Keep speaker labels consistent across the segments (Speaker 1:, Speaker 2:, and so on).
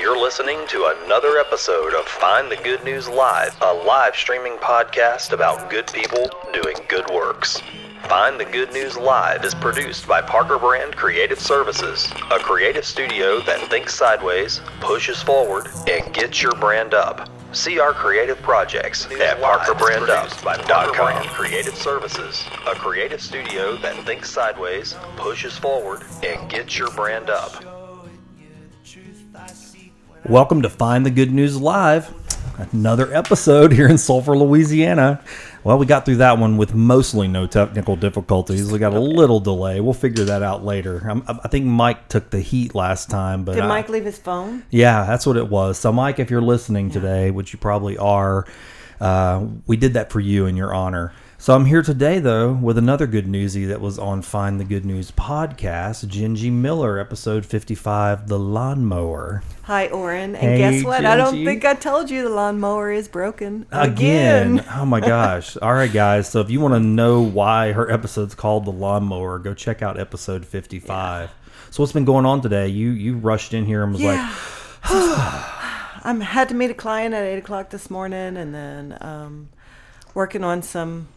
Speaker 1: You're listening to another episode of Find the Good News Live, a live streaming podcast about good people doing good works. Find the Good News Live is produced by Parker Brand Creative Services, a creative studio that thinks sideways, pushes forward, and gets your brand up. See our creative projects at parkerbrandup.com. Creative Services, a creative studio that thinks sideways, pushes forward, and gets your brand up.
Speaker 2: Welcome to Find the Good News Live, another episode here in Sulphur, Louisiana. Well, we got through that one with mostly no technical difficulties. We got a little delay. We'll figure that out later. I'm, I I think Mike took the heat last time, but
Speaker 3: Did
Speaker 2: I-
Speaker 3: Mike leave his phone?
Speaker 2: yeah, that's what it was. So, Mike, if you're listening today, which you probably are, uh, we did that for you in your honor. So, I'm here today, though, with another good newsie that was on Find the Good News podcast, Gingy Miller, episode 55, The Lawnmower.
Speaker 3: Hi, Oren. And
Speaker 2: Hey,
Speaker 3: guess what? I don't
Speaker 2: Gingy.
Speaker 3: think I told you the lawnmower is broken
Speaker 2: again.
Speaker 3: again.
Speaker 2: Oh my gosh. All right, guys. So if you want to know why her episode's called The Lawnmower, go check out episode 55. So what's been going on today? You you rushed in here and was
Speaker 3: Yeah. I am had to meet a client at 8 o'clock this morning and then um, working on some,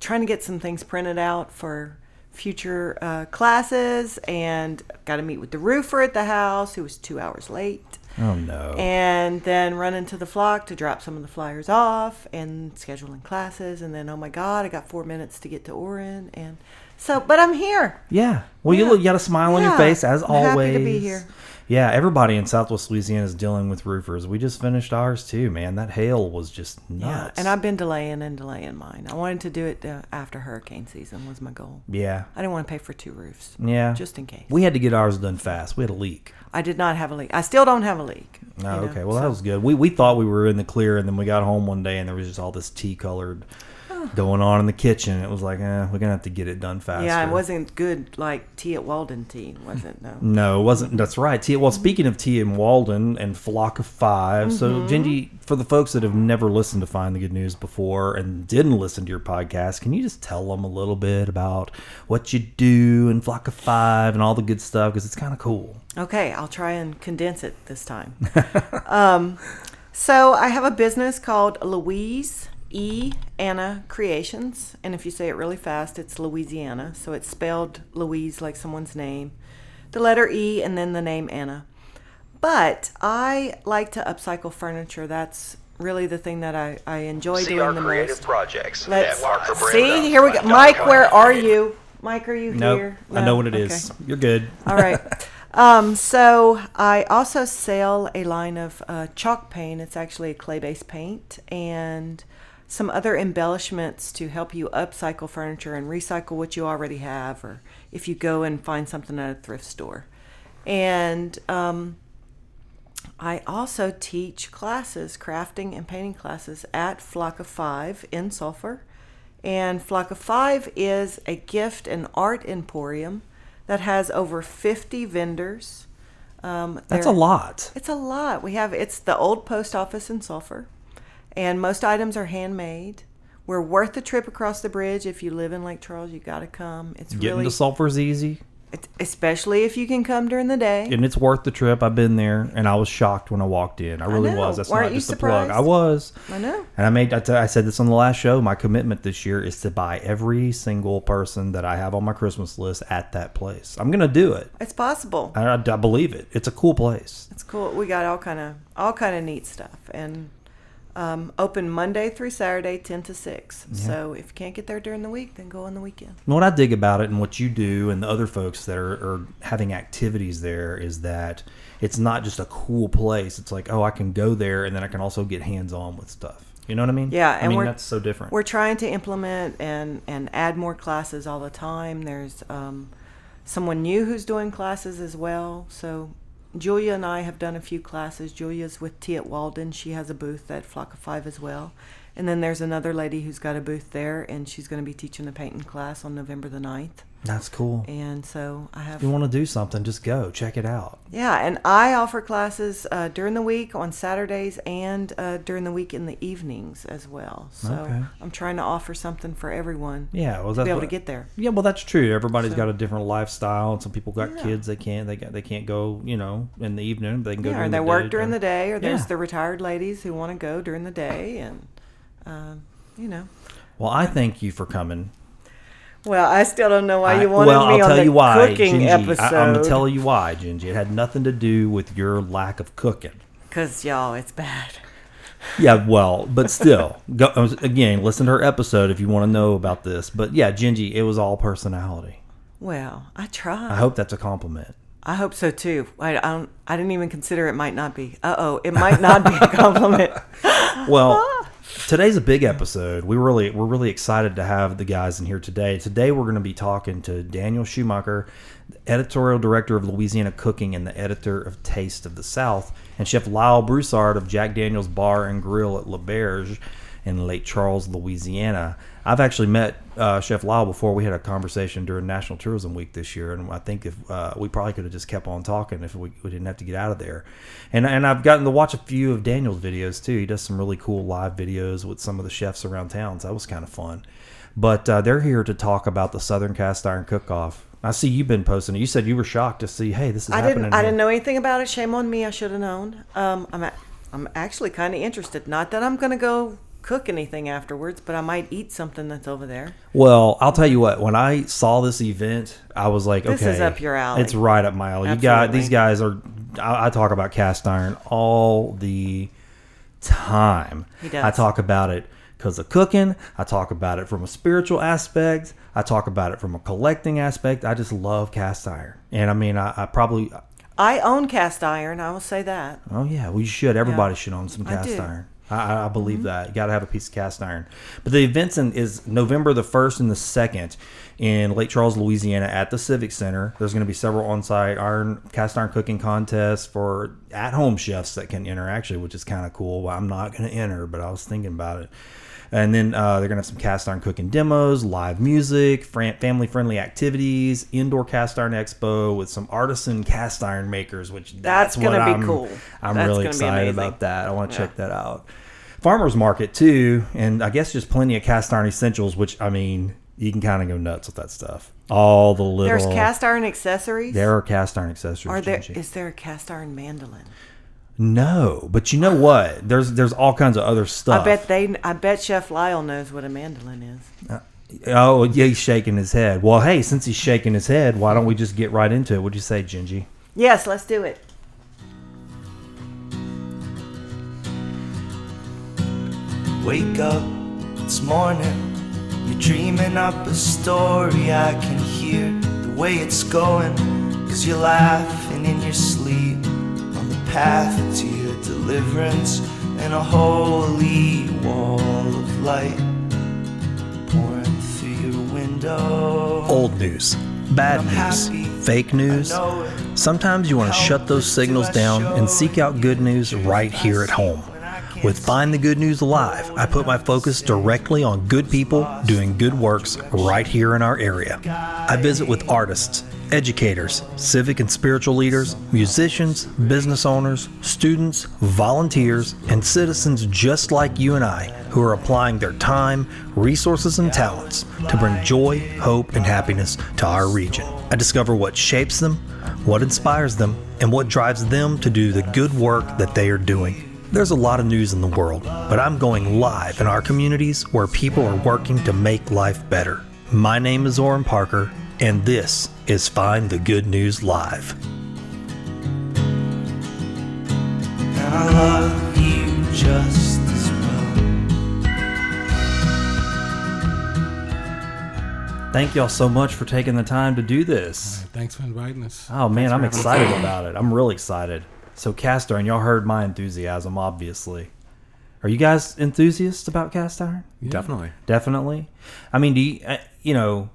Speaker 3: trying to get some things printed out for future uh, classes and got to meet with the roofer at the house who was two hours late.
Speaker 2: like, oh no.
Speaker 3: and then running to the flock to drop some of the flyers off and scheduling classes and then oh my god i got four minutes to get to orin and so but i'm here
Speaker 2: yeah. Well, you
Speaker 3: Yeah.
Speaker 2: look, you got a smile on your
Speaker 3: Yeah.
Speaker 2: face as
Speaker 3: I'm
Speaker 2: always.
Speaker 3: happy to be here.
Speaker 2: Yeah, everybody in Southwest Louisiana is dealing with roofers. We just finished ours too, man. That hail was just nuts.
Speaker 3: and i've been delaying and delaying mine i wanted to do it uh, after hurricane season was my goal
Speaker 2: yeah.
Speaker 3: i didn't want to pay for two roofs
Speaker 2: Yeah.
Speaker 3: just in case
Speaker 2: We had to get ours done fast. We had a leak.
Speaker 3: i did not have a leak i still don't have a leak
Speaker 2: Oh,
Speaker 3: you know,
Speaker 2: okay. Well,
Speaker 3: so-
Speaker 2: that was good. We we thought we were in the clear, and then we got home one day, and there was just all this tea colored going on in the kitchen. It was like, eh, we're gonna have to get it done faster.
Speaker 3: yeah it wasn't good like tea at walden tea wasn't no
Speaker 2: No, it wasn't. That's right. Tea. Well, speaking of tea and Walden and Flock of 5
Speaker 3: Mm-hmm.
Speaker 2: so Gingy, for the folks that have never listened to Find the Good News before and didn't listen to your podcast, can you just tell them a little bit about what you do and Flock of Five and all the good stuff? Because it's kind of cool.
Speaker 3: Okay, I'll try and condense it this time. um, so I have a business called Louise E. Anna Creations, and if you say it really fast, it's Louisiana. So it's spelled Louise like someone's name, the letter E, and then the name Anna. But I like to upcycle furniture. That's really the thing that I, I enjoy
Speaker 1: See our
Speaker 3: doing the
Speaker 1: creative
Speaker 3: most.
Speaker 1: projects
Speaker 3: Let's
Speaker 1: at parkerbrandup.com.
Speaker 3: see. Here we go. Mike, where are you? Mike, are you
Speaker 2: Nope,
Speaker 3: here?
Speaker 2: I know
Speaker 3: No?
Speaker 2: what it
Speaker 3: Okay.
Speaker 2: is. You're good.
Speaker 3: All right. Um, so I also sell a line of uh, chalk paint. It's actually a clay-based paint and some other embellishments to help you upcycle furniture and recycle what you already have, or if you go and find something at a thrift store. And um, I also teach classes, crafting and painting classes at Flock of Five in Sulphur. And Flock of Five is a gift and art emporium that has over 50 vendors. Um,
Speaker 2: That's a
Speaker 3: they're-
Speaker 2: lot.
Speaker 3: It's a lot. We have it's the old post office in Sulphur, and most items are handmade. We're worth the trip across the bridge if you live in Lake Charles. You got to come. It's
Speaker 2: Getting
Speaker 3: really,
Speaker 2: to Sulphur's easy.
Speaker 3: it's, especially if you can come during the day.
Speaker 2: and it's worth the trip. I've been there, and I was shocked when I walked in. I really
Speaker 3: know.
Speaker 2: was. That's
Speaker 3: Weren't
Speaker 2: not
Speaker 3: you
Speaker 2: just a plug.
Speaker 3: surprised?
Speaker 2: I was.
Speaker 3: I know.
Speaker 2: And I made. I, t- I said this on the last show. My commitment this year is to buy every single person that I have on my Christmas list at that place. I'm gonna do it.
Speaker 3: It's possible.
Speaker 2: I, I- I believe it. It's a cool place.
Speaker 3: It's cool. We got all kind of all kind of neat stuff, and um, open Monday through Saturday, ten to six. So if you can't get there during the week, then go on the weekend.
Speaker 2: And what I dig about it and what you do and the other folks that are, are having activities there is that it's not just a cool place. It's like, oh, I can go there and then I can also get hands on with stuff. You know what I mean?
Speaker 3: Yeah,
Speaker 2: I
Speaker 3: and
Speaker 2: mean,
Speaker 3: we're-
Speaker 2: that's so different.
Speaker 3: We're trying to implement and and add more classes all the time. There's um, someone new who's doing classes as well. So Julia and I have done a few classes. Julia's with T at Walden. She has a booth at Flock of Five as well. And then there's another lady who's got a booth there, and she's going to be teaching a painting class on November the 9th.
Speaker 2: That's cool.
Speaker 3: And so I have
Speaker 2: If you want to do something, just go check it out.
Speaker 3: Yeah, and I offer classes uh, during the week on Saturdays and uh, during the week in the evenings as well. So
Speaker 2: Okay.
Speaker 3: I'm trying to offer something for everyone
Speaker 2: Yeah, well,
Speaker 3: to
Speaker 2: that's
Speaker 3: be able to
Speaker 2: what-
Speaker 3: get there.
Speaker 2: Yeah, well, that's true. Everybody's
Speaker 3: So-
Speaker 2: got a different lifestyle, and some people got
Speaker 3: Yeah.
Speaker 2: kids. They can't. They got. They can't go. You know, in the evening, but they can go.
Speaker 3: Yeah, or
Speaker 2: during
Speaker 3: they
Speaker 2: the
Speaker 3: work
Speaker 2: day,
Speaker 3: during the day, or there's
Speaker 2: Yeah.
Speaker 3: the retired ladies who want to go during the day, and um, you know.
Speaker 2: Well, I thank you for coming.
Speaker 3: Well, I still don't know why
Speaker 2: I-
Speaker 3: you wanted
Speaker 2: well,
Speaker 3: me
Speaker 2: I'll
Speaker 3: on
Speaker 2: tell
Speaker 3: the
Speaker 2: you why,
Speaker 3: cooking
Speaker 2: Gingy.
Speaker 3: episode.
Speaker 2: I, am gonna tell you why, Gingy. It had nothing to do with your lack of cooking.
Speaker 3: Cause y'all, it's bad.
Speaker 2: Yeah, well, but still, go, um, again, listen to her episode if you want to know about this. But yeah, Gingy, it was all personality.
Speaker 3: Well, I tried.
Speaker 2: I hope that's a compliment.
Speaker 3: I hope so too. I, I don't. I didn't even consider it might not be. Uh oh, it might not be a compliment.
Speaker 2: Well, today's a big episode. We really we're really excited to have the guys in here today. Today we're going to be talking to Daniel Schumacher, editorial director of Louisiana Cooking and the editor of Taste of the South, and Chef Lyle Broussard of Jack Daniel's Bar and Grill at LaBerge in Lake Charles, Louisiana. I've actually met uh, Chef Lyle before. We had a conversation during National Tourism Week this year, and I think if uh, we probably could have just kept on talking if we, we didn't have to get out of there. And and I've gotten to watch a few of Daniel's videos too. He does some really cool live videos with some of the chefs around town. So that was kind of fun. But uh, they're here to talk about the Southern Cast Iron Cook Off. I see you've been posting it. You said you were shocked to see, hey, this is
Speaker 3: I
Speaker 2: happening.
Speaker 3: didn't. I
Speaker 2: here.
Speaker 3: didn't know anything about it. Shame on me. I should have known. Um, I'm. A, I'm actually kind of interested. Not that I'm gonna go cook anything afterwards, but I might eat something that's over there.
Speaker 2: Well, I'll tell you what. When I saw this event, I was like,
Speaker 3: This
Speaker 2: "Okay,
Speaker 3: is up your alley.
Speaker 2: It's right up my alley." You got
Speaker 3: Absolutely.
Speaker 2: these guys are. I, I talk about cast iron all the time.
Speaker 3: He does.
Speaker 2: I talk about it because of cooking. I talk about it from a spiritual aspect. I talk about it from a collecting aspect. I just love cast iron, and I mean, I, I probably.
Speaker 3: I own cast iron. I will say that.
Speaker 2: Oh yeah, we should. Everybody
Speaker 3: Yeah.
Speaker 2: should own some
Speaker 3: I
Speaker 2: cast
Speaker 3: do. Mm-hmm.
Speaker 2: iron. I, I- I believe that. You got to have a piece of cast iron. But the event's in, is November the 1st and the 2nd in Lake Charles, Louisiana at the Civic Center. There's going to be several on site iron, cast iron cooking contests for at home chefs that can enter, actually, which is kind of cool. Well, I'm not going to enter, but I was thinking about it. And then uh, they're going to have some cast iron cooking demos, live music, family friendly activities, indoor cast iron expo with some artisan cast iron makers, which that's,
Speaker 3: That's gonna
Speaker 2: what
Speaker 3: be
Speaker 2: I'm-
Speaker 3: cool.
Speaker 2: I'm really
Speaker 3: That's gonna be
Speaker 2: excited
Speaker 3: amazing.
Speaker 2: about that. I want to check that out. Farmers market too, and I guess just plenty of cast iron essentials. Which I mean, you can kind of go nuts with that stuff. All the little
Speaker 3: There's cast iron accessories.
Speaker 2: There are cast iron accessories.
Speaker 3: Are there?
Speaker 2: Gigi.
Speaker 3: Is there a cast iron mandolin?
Speaker 2: no, but you know what? There's there's all kinds of other stuff.
Speaker 3: I bet they. I bet Chef Lyle knows what a mandolin is.
Speaker 2: Oh yeah, he's shaking his head. Well, hey, since he's shaking his head, why don't we just get right into it? What'd you say, Gingy?
Speaker 3: Yes, let's do it.
Speaker 4: Wake up, it's morning. You're dreaming up a story. I can hear the way it's going. Cause you're laughing in your sleep on the path to your deliverance and a holy wall of light pouring through your window.
Speaker 1: Old news, bad news, fake news.
Speaker 4: I know it.
Speaker 1: Sometimes you want to shut those signals down and seek out good news right here at home. With Find the Good News Live, I put my focus directly on good people doing good works right here in our area. I visit with artists, educators, civic and spiritual leaders, musicians, business owners, students, volunteers, and citizens just like you and I who are applying their time, resources, and talents to bring joy, hope, and happiness to our region. I discover what shapes them, what inspires them, and what drives them to do the good work that they are doing. There's a lot of news in the world, but I'm going live in our communities where people are working to make life better. My name is Oren Parker, and this is Find the Good News Live.
Speaker 4: And I love you just as well.
Speaker 2: Thank y'all so much for taking the time to do this.
Speaker 5: Thanks for inviting us.
Speaker 2: Oh man, I'm excited about it. I'm real excited. So cast iron, y'all heard my enthusiasm, obviously. Are you guys enthusiasts about cast iron?
Speaker 6: Definitely.
Speaker 2: Definitely. I mean, do you, I- you know?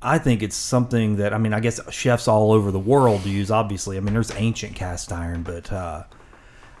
Speaker 2: I think it's something that I mean, I guess chefs all over the world use. Obviously, I mean, there's ancient cast iron, but uh,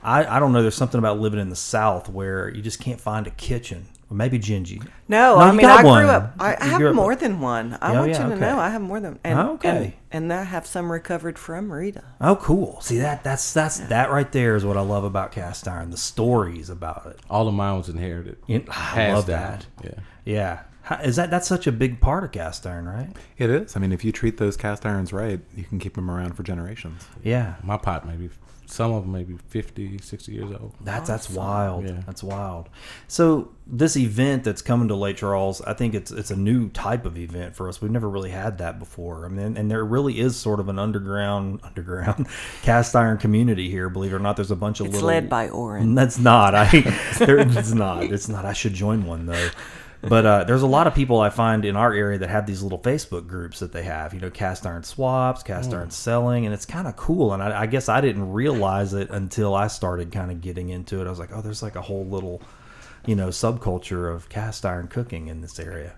Speaker 2: I I don't know. There's something about living in the South where you just can't find a kitchen Or maybe Gingy.
Speaker 3: No,
Speaker 2: No,
Speaker 3: I
Speaker 2: you
Speaker 3: mean
Speaker 2: got
Speaker 3: I
Speaker 2: one.
Speaker 3: grew up. I, I
Speaker 2: You
Speaker 3: have
Speaker 2: grew up-
Speaker 3: more than one. I
Speaker 2: Oh,
Speaker 3: want
Speaker 2: yeah,
Speaker 3: you to
Speaker 2: okay.
Speaker 3: know I have more than and,
Speaker 2: Okay.
Speaker 3: and and I have some recovered from Rita.
Speaker 2: Oh, cool. See that that's that's that right there is what I love about cast iron. The stories about it.
Speaker 5: All of mine was inherited.
Speaker 2: You- I
Speaker 5: Passed
Speaker 2: love
Speaker 5: down.
Speaker 2: that.
Speaker 5: Yeah.
Speaker 2: Yeah. How, is that that's such a big part of cast iron, right?
Speaker 6: It is. I mean, if you treat those cast irons right, you can keep them around for generations.
Speaker 2: Yeah.
Speaker 5: My pot maybe some of them maybe 50, 60 years old.
Speaker 2: That's that's wild.
Speaker 5: Yeah.
Speaker 2: That's wild. So this event that's coming to Lake Charles, I think it's it's a new type of event for us. We've never really had that before. I mean, and there really is sort of an underground underground cast iron community here. Believe it or not, there's a bunch of
Speaker 3: It's
Speaker 2: little
Speaker 3: led by Oren.
Speaker 2: And That's not. I. There, it's not. It's not. I should join one though. But uh, there's a lot of people I find in our area that have these little Facebook groups that they have. You know, cast iron swaps, cast
Speaker 3: Mm.
Speaker 2: iron selling, and it's kind of cool. And I, I guess I didn't realize it until I started kind of getting into it. I was like, oh, there's like a whole little, you know, subculture of cast iron cooking in this area.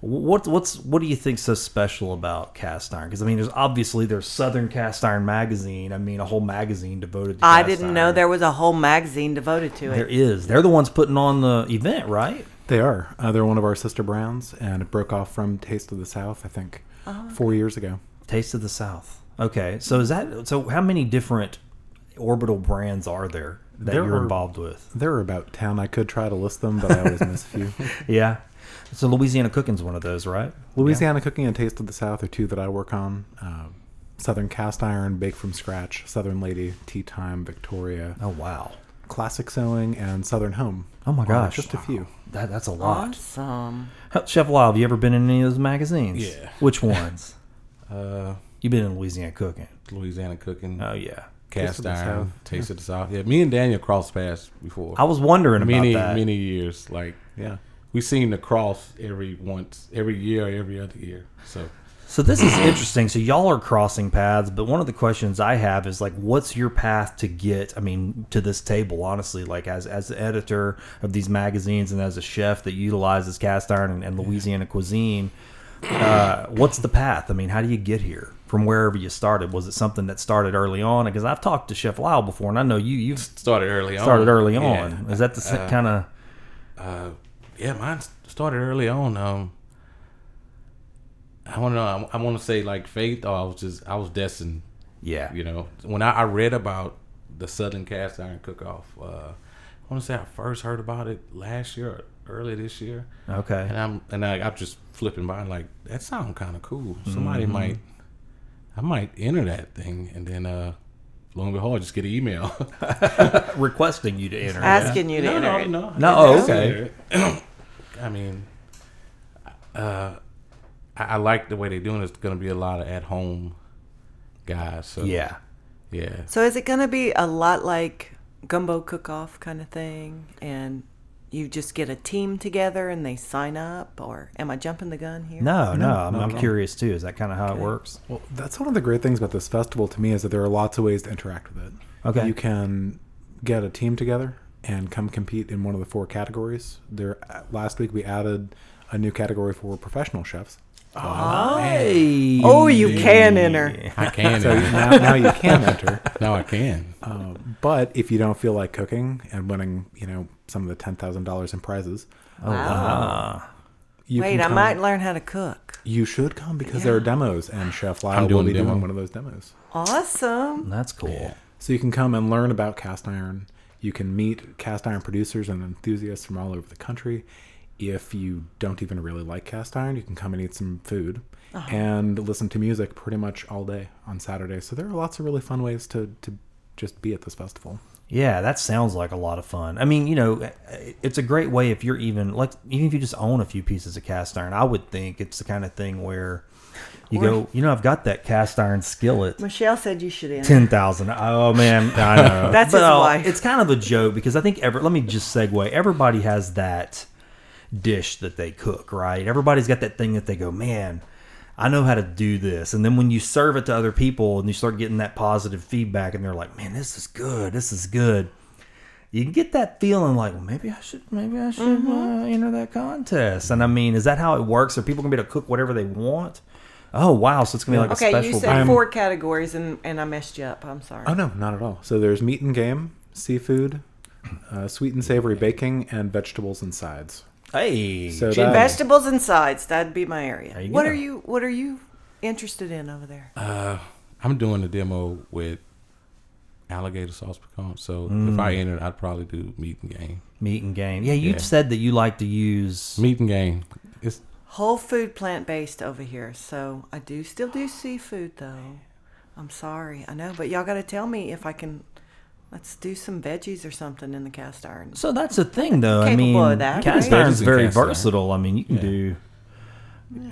Speaker 2: What what's what do you think's so special about cast iron? Because I mean, there's obviously there's Southern Cast Iron Magazine. I mean, a whole magazine devoted. to
Speaker 3: I
Speaker 2: cast
Speaker 3: didn't know
Speaker 2: iron.
Speaker 3: there was a whole magazine devoted to
Speaker 2: There
Speaker 3: it.
Speaker 2: is. They're the ones putting on the event, right?
Speaker 6: They are. Uh, they're one of our sister brands, and it broke off from Taste of the South, I think,
Speaker 2: Ah,
Speaker 6: four years ago.
Speaker 2: Taste of the South. Okay. So is that so how many different orbital brands are there that
Speaker 6: There
Speaker 2: you're
Speaker 6: are-
Speaker 2: involved with?
Speaker 6: There are about 10. I could try to list them, but I always miss a few.
Speaker 2: Yeah. So Louisiana Cooking's one of those, right?
Speaker 6: Louisiana Cooking and Taste of the South are two that I work on. Uh, Southern Cast Iron, Bake from Scratch, Southern Lady, Tea Time, Victoria,
Speaker 2: Oh wow.
Speaker 6: Classic Sewing, and Southern Home.
Speaker 2: Oh my
Speaker 6: Are
Speaker 2: gosh.
Speaker 6: Just a few.
Speaker 2: That that's a lot.
Speaker 3: Awesome.
Speaker 2: Huh, Chef Lyle, have you ever been in any of those magazines?
Speaker 5: Yeah.
Speaker 2: Which ones?
Speaker 5: Uh,
Speaker 2: You've been in Louisiana Cooking.
Speaker 5: Louisiana cooking,
Speaker 2: Oh yeah.
Speaker 5: cast
Speaker 6: Taste of the
Speaker 5: iron,
Speaker 6: South,
Speaker 5: taste of the south. Yeah, me and Daniel crossed paths before.
Speaker 2: I was wondering
Speaker 5: many
Speaker 2: about that.
Speaker 5: many years. Like
Speaker 6: Yeah.
Speaker 5: we seem to cross every once, every year, or every other year. So
Speaker 2: So this is interesting. So y'all are crossing paths, but one of the questions I have is like, what's your path to get? I mean, to this table, honestly, like as as the editor of these magazines and as a chef that utilizes cast iron and, and Louisiana cuisine, uh, what's the path? I mean, how do you get here from wherever you started? Was it something that started early on? Because I've talked to Chef Lyle before, and I know you you've
Speaker 5: started early on.
Speaker 2: started early
Speaker 5: Oh, Yeah. Uh,
Speaker 2: on. Is that the same kind of
Speaker 5: yeah, mine started early on. Um, I want to know. I, want to say like faith. Or I was just I was destined.
Speaker 2: yeah
Speaker 5: You know, when I, I read about the Southern Cast Iron Cook Off, uh, I want to say I first heard about it last year, or early this year.
Speaker 2: okay
Speaker 5: And I'm and I, I'm just flipping by and like that sounds kind of cool. Somebody might, I might enter that thing, and then uh, lo and behold, I just get an email.
Speaker 2: requesting you to enter?
Speaker 3: Asking you to
Speaker 5: no,
Speaker 3: enter
Speaker 5: no,
Speaker 3: it.
Speaker 5: no,
Speaker 2: No,
Speaker 5: I
Speaker 2: oh,
Speaker 5: just
Speaker 2: okay.
Speaker 5: entered it. I mean, uh, I, I like the way they're doing. it. It's going to be a lot of at home guys. So
Speaker 2: yeah.
Speaker 5: yeah.
Speaker 3: So is it going to be a lot like gumbo cook-off kind of thing, and you just get a team together and they sign up, or am I jumping the gun here?
Speaker 2: No, no, I'm, I'm curious too. Is that kind of how it works?
Speaker 6: Well, that's one of the great things about this festival to me is that there are lots of ways to interact with it.
Speaker 2: Okay.
Speaker 6: You can get a team together and come compete in one of the four categories. There last week we added a new category for professional chefs.
Speaker 2: Hey.
Speaker 3: Oh, you can enter.
Speaker 5: I can
Speaker 6: So
Speaker 5: enter.
Speaker 6: now, now you can enter.
Speaker 5: now I can.
Speaker 6: Uh, but if you don't feel like cooking and winning, you know, some of the ten thousand dollars in prizes,
Speaker 5: Oh,
Speaker 6: um, you
Speaker 3: Wait,
Speaker 6: can
Speaker 3: I
Speaker 6: come.
Speaker 3: might learn how to cook.
Speaker 6: You should come because there are demos, and Chef Lyle will
Speaker 5: doing
Speaker 6: be
Speaker 5: demo.
Speaker 6: doing one of those demos.
Speaker 3: Awesome.
Speaker 2: That's cool.
Speaker 6: So you can come and learn about cast iron. You can meet cast iron producers and enthusiasts from all over the country. If you don't even really like cast iron, you can come and eat some food and listen to music pretty much all day on Saturday. So there are lots of really fun ways to, to just be at this festival.
Speaker 2: Yeah, that sounds like a lot of fun. I mean, you know, eh, it's a great way if you're even like even if you just own a few pieces of cast iron. I would think it's the kind of thing where you go, you know, I've got that cast iron skillet.
Speaker 3: Michelle said you should enter.
Speaker 2: Ten thousand. Oh man, I know.
Speaker 3: That's his
Speaker 2: Well,
Speaker 3: wife.
Speaker 2: uh, It's kind of a joke because I think ever. Let me just segue. Everybody has that dish that they cook, right? Everybody's got that thing that they go, man. I know how to do this, and then when you serve it to other people, and you start getting that positive feedback, and they're like, "Man, this is good. This is good." You can get that feeling like, well, maybe I should, maybe I should
Speaker 3: Mm-hmm.
Speaker 2: uh, enter that contest. And I mean, is that how it works? Are people gonna be able to cook whatever they want? Oh wow! So it's gonna be like a
Speaker 3: Okay,
Speaker 2: special.
Speaker 3: you said
Speaker 6: I'm-
Speaker 3: four categories, and, and I messed you up. I'm sorry.
Speaker 6: Oh, no, not at all. So there's meat and game, seafood, uh, sweet and savory baking, and vegetables and sides.
Speaker 2: Hey.
Speaker 6: So
Speaker 3: Green
Speaker 6: that-
Speaker 3: vegetables and sides. That'd be my area.
Speaker 2: you
Speaker 3: what
Speaker 2: go.
Speaker 3: are you What are you interested in over there?
Speaker 5: I'm doing a demo with alligator sauce pecan. So if I entered, I'd probably do meat and game.
Speaker 2: meat and game. Yeah, you
Speaker 5: Yeah.
Speaker 2: have said that you like to use.
Speaker 5: Meat and game. It's
Speaker 3: Whole food, plant based over here. So I do still do seafood though. I'm sorry, I know, but y'all got to tell me if I can. Let's do some veggies or something in the cast iron.
Speaker 2: So that's the thing, though. I mean,
Speaker 3: Capable of that,
Speaker 2: cast
Speaker 5: right?
Speaker 2: iron's
Speaker 5: Veggies and
Speaker 2: very
Speaker 5: cast iron.
Speaker 2: versatile. I mean, you can do,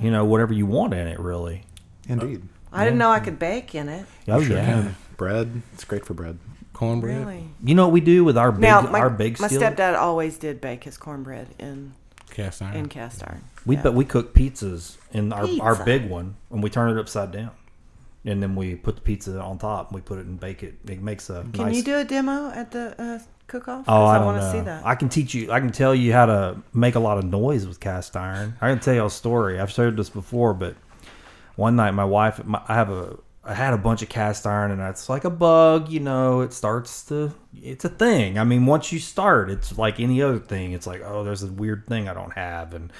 Speaker 2: you know, whatever you want in it, really.
Speaker 6: Indeed.
Speaker 3: I didn't know I could bake in it.
Speaker 2: Oh yeah.
Speaker 6: And bread. It's great for bread.
Speaker 5: cornbread.
Speaker 3: Really?
Speaker 2: You know what we do with our big
Speaker 3: now my,
Speaker 2: our big
Speaker 3: my
Speaker 2: steel?
Speaker 3: stepdad always did bake his cornbread in
Speaker 5: Cast iron.
Speaker 3: in cast iron.
Speaker 2: we
Speaker 3: Yeah.
Speaker 2: but we cook pizzas in our
Speaker 3: Pizza.
Speaker 2: our big one, and we turn it upside down, and then we put the pizza on top, and we put it and bake it. It makes a
Speaker 3: Can
Speaker 2: nice
Speaker 3: you do a demo at the uh, cook off?
Speaker 2: Oh, I, don't
Speaker 3: wanna
Speaker 2: know.
Speaker 3: see that.
Speaker 2: I can teach you. I can tell you how to make a lot of noise with cast iron. I can tell you a story. I've shared this before, but one night my wife, my, I have a, I had a bunch of cast iron, and it's like a bug. You know, it starts to, it's a thing. I mean, once you start, it's like any other thing. It's like, oh, there's a weird thing I don't have, and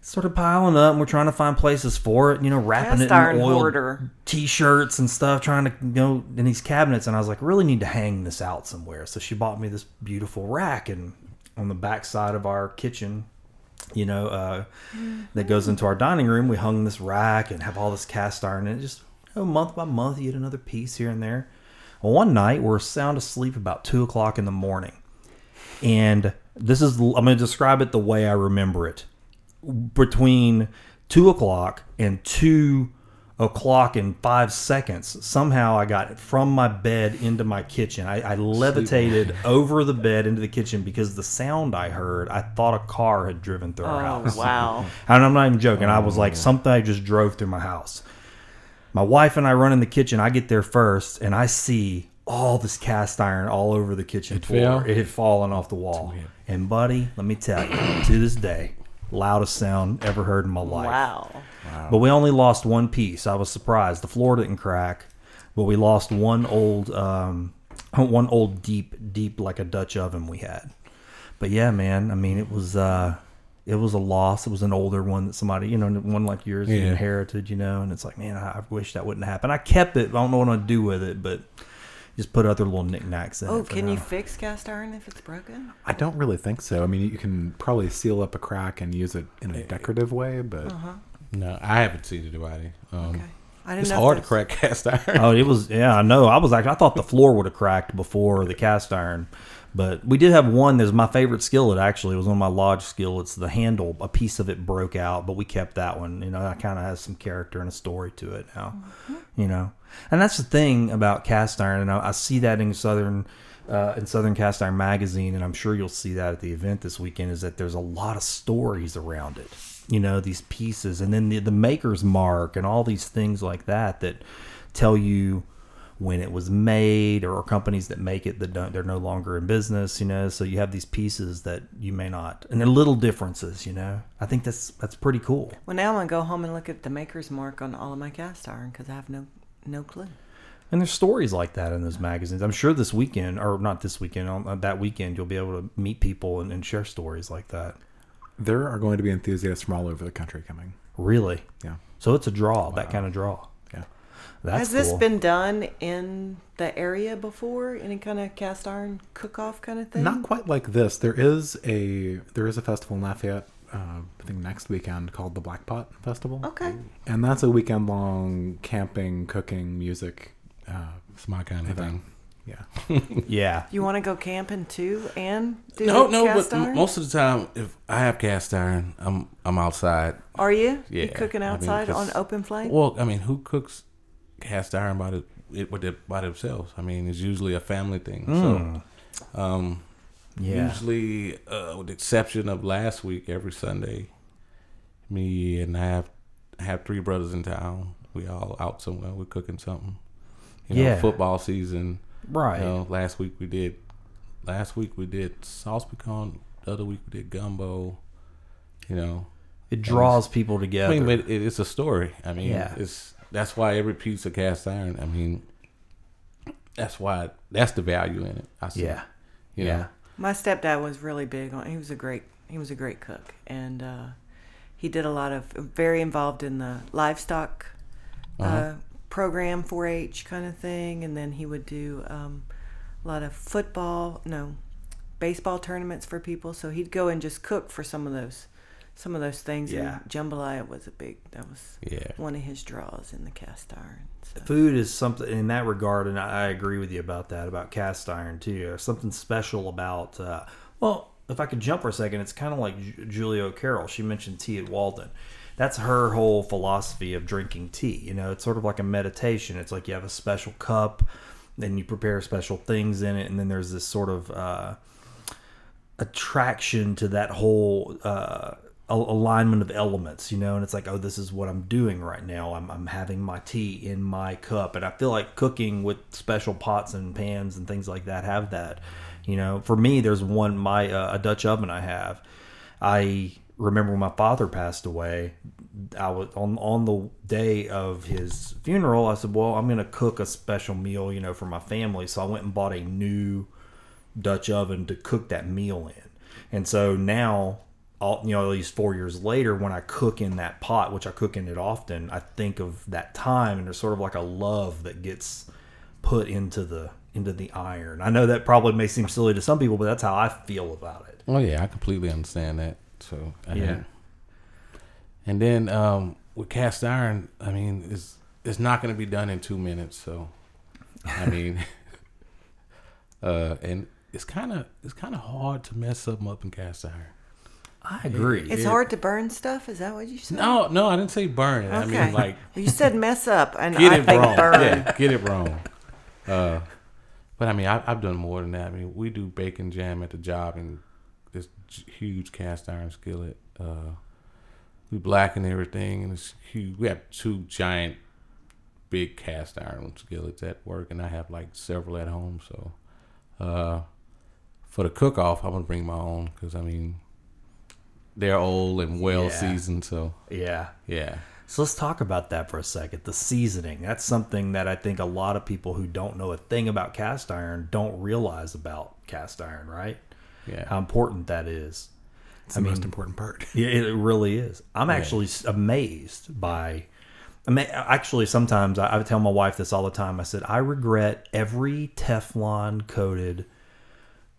Speaker 2: sort of piling up. And we're trying to find places for it. You know, wrapping
Speaker 3: Cast
Speaker 2: it
Speaker 3: iron
Speaker 2: in oil
Speaker 3: hoarder.
Speaker 2: t-shirts and stuff trying to you know in these cabinets and i was like really need to hang this out somewhere so she bought me this beautiful rack and on the back side of our kitchen you know uh, that goes into our dining room we hung this rack and have all this cast iron and it just you know, month by month you get another piece here and there well one night we're sound asleep about two o'clock in the morning and this is i'm going to describe it the way i remember it between two o'clock and two o'clock in five seconds. Somehow I got from my bed into my kitchen. I, I levitated over the bed into the kitchen because the sound I heard, I thought a car had driven through our
Speaker 3: Oh
Speaker 2: house.
Speaker 3: wow!
Speaker 2: And I'm not even joking. I was like, something I just drove through my house. My wife and I run in the kitchen. I get there first, and I see all this cast iron all over the kitchen floor.
Speaker 5: fell?
Speaker 2: It had fallen off the wall. And buddy, let me tell you, to this day, loudest sound ever heard in my life.
Speaker 3: Wow.
Speaker 2: But we only lost one piece. I was surprised. The floor didn't crack, but we lost one old, um, one old deep, deep like a Dutch oven we had. But yeah, man. I mean, it was uh, it was a loss. It was an older one that somebody, you know, one like yours you
Speaker 5: Yeah.
Speaker 2: inherited, you know. And it's like, man, I, I wish that wouldn't happen. I kept it. I don't know what I'm gonna do with it, but just put other little knickknacks in.
Speaker 3: Oh,
Speaker 2: it for
Speaker 3: can
Speaker 2: now.
Speaker 3: you fix cast iron if it's broken?
Speaker 6: I don't really think so. I mean, you can probably seal up a crack and use it in a decorative way, but
Speaker 5: No, I haven't seen anybody. Um,
Speaker 3: Okay. I didn't
Speaker 5: It's
Speaker 3: know if
Speaker 5: hard to
Speaker 3: that's-
Speaker 5: crack cast iron.
Speaker 2: Oh, it was. Yeah, I know. I was like, I thought the floor would have cracked before the cast iron, but we did have one. That's my favorite skillet. Actually, it was one of my lodge skillets. The handle, a piece of it broke out, but we kept that one. You know, that kind of has some character and a story to it now. You know, and that's the thing about cast iron, and I, I see that in southern. Uh, in Southern Cast Iron Magazine, and I'm sure you'll see that at the event this weekend, is that there's a lot of stories around it. You know, these pieces, and then the, the maker's mark, and all these things like that that tell you when it was made or companies that make it that don't they're no longer in business you know so you have these pieces that you may not and they're little differences you know i think that's that's pretty cool
Speaker 3: Well, now I'm gonna go home and look at the maker's mark on all of my cast iron because I have no no clue.
Speaker 2: and there's stories like that in those magazines i'm sure this weekend or not this weekend on on that weekend you'll be able to meet people and, and share stories like that
Speaker 6: there are going to be enthusiasts from all over the country coming.
Speaker 2: really
Speaker 6: Yeah.
Speaker 2: so it's a draw that kind of draw
Speaker 6: Yeah.
Speaker 2: that's
Speaker 3: Has this
Speaker 2: cool.
Speaker 3: been done in the area before? Any kind of cast iron cook off kind of thing?
Speaker 6: Not quite like this. There is a there is a festival in Lafayette, uh, I think next weekend called the Black Pot Festival.
Speaker 3: Okay.
Speaker 6: And that's a weekend long camping, cooking, music. Uh,
Speaker 5: It's my kind of thing.
Speaker 6: yeah.
Speaker 2: yeah
Speaker 3: You want to go camping too and do
Speaker 5: No, no,
Speaker 3: cast
Speaker 5: but m-
Speaker 3: iron?
Speaker 5: most of the time, if I have cast iron, I'm I'm outside.
Speaker 3: Are you?
Speaker 5: Yeah,
Speaker 3: You cooking
Speaker 5: I mean,
Speaker 3: outside
Speaker 5: 'cause-
Speaker 3: on open flame?
Speaker 5: Well, I mean, who cooks cast iron by the it with the, by themselves? I mean, it's usually a family thing. So, um,
Speaker 2: yeah
Speaker 5: usually, uh, with the exception of last week, every Sunday, me and I have I have three brothers in town. We all out somewhere. We're cooking something. You know,
Speaker 2: Yeah.
Speaker 5: football season.
Speaker 2: right
Speaker 5: You know, last week we did. Last week we did sauce pecan. The other week we did gumbo. You know,
Speaker 2: it draws people together
Speaker 5: I mean, but it, it's a story. I mean,
Speaker 2: Yeah.
Speaker 5: it's that's why every piece of cast iron. I mean, that's why that's the value in it. I see.
Speaker 2: yeah
Speaker 5: You know?
Speaker 2: yeah
Speaker 3: My stepdad was really big on. He was a great He was a great cook, and uh, he did a lot of very involved in the livestock uh
Speaker 5: Uh-huh.
Speaker 3: program, 4-H kind of thing, and then he would do um, a lot of football, no, baseball tournaments for people. So he'd go and just cook for some of those. Some of those things,
Speaker 2: Yeah.
Speaker 3: and jambalaya was a big. That was
Speaker 5: Yeah.
Speaker 3: one of his draws in the cast iron. So.
Speaker 2: Food is something in that regard, and I I agree with you about that about cast iron too. There's something special about. Uh, well, if I could jump for a second, it's kind of like Ju- Julia O'Carroll. She mentioned tea at Walden. That's her whole philosophy of drinking tea. You know, it's sort of like a meditation. It's like you have a special cup, and you prepare special things in it, and then there's this sort of. Uh, attraction to that whole uh, al- alignment of elements, you know. And it's like, oh, this is what I'm doing right now. I'm, I'm having my tea in my cup, and I feel like cooking with special pots and pans and things like that have that. You know, for me, there's one my uh, a Dutch oven I have. I remember when my father passed away. I was on on the day of his funeral. I said, "Well, I'm gonna cook a special meal, you know, for my family." So I went and bought a new Dutch oven to cook that meal in. And so now, all, you know, at least four years later, when I cook in that pot, which I cook in it often, I think of that time, and there's sort of like a love that gets put into the into the iron. I know that probably may seem silly to some people, but that's how I feel about it.
Speaker 5: Oh yeah, I completely understand that. So I
Speaker 2: Yeah.
Speaker 5: mean- and then um, with cast iron, I mean, it's it's not going to be done in two minutes. So I mean, uh, and it's kind of it's kind of hard to mess something up in cast iron.
Speaker 2: I agree.
Speaker 3: It's hard to burn stuff. Is that what you said?
Speaker 5: No, no, I didn't say burn it. I mean, like
Speaker 3: Well, you said mess up, and
Speaker 5: get
Speaker 3: I
Speaker 5: it
Speaker 3: think
Speaker 5: wrong.
Speaker 3: burn.
Speaker 5: Yeah, get it wrong. Uh, but I mean, I, I've done more than that. I mean, we do bacon jam at the job in this j- huge cast iron skillet. Uh, we blacken everything, and it's huge. We have two giant, big cast iron skillets at work, and I have like several at home. So, uh, for the cook off, I'm gonna bring my own because I mean, they're old and well
Speaker 2: Yeah.
Speaker 5: seasoned. So,
Speaker 2: yeah.
Speaker 5: yeah.
Speaker 2: So let's talk about that for a second. The seasoning. That's something that I think a lot of people who don't know a thing about cast iron don't realize about cast iron, right?
Speaker 5: Yeah.
Speaker 2: How important that is.
Speaker 6: It's the most important part.
Speaker 2: Yeah, it really is. I'm actually s- amazed by. I mean, actually, sometimes I, I tell my wife this all the time. I said I regret every Teflon coated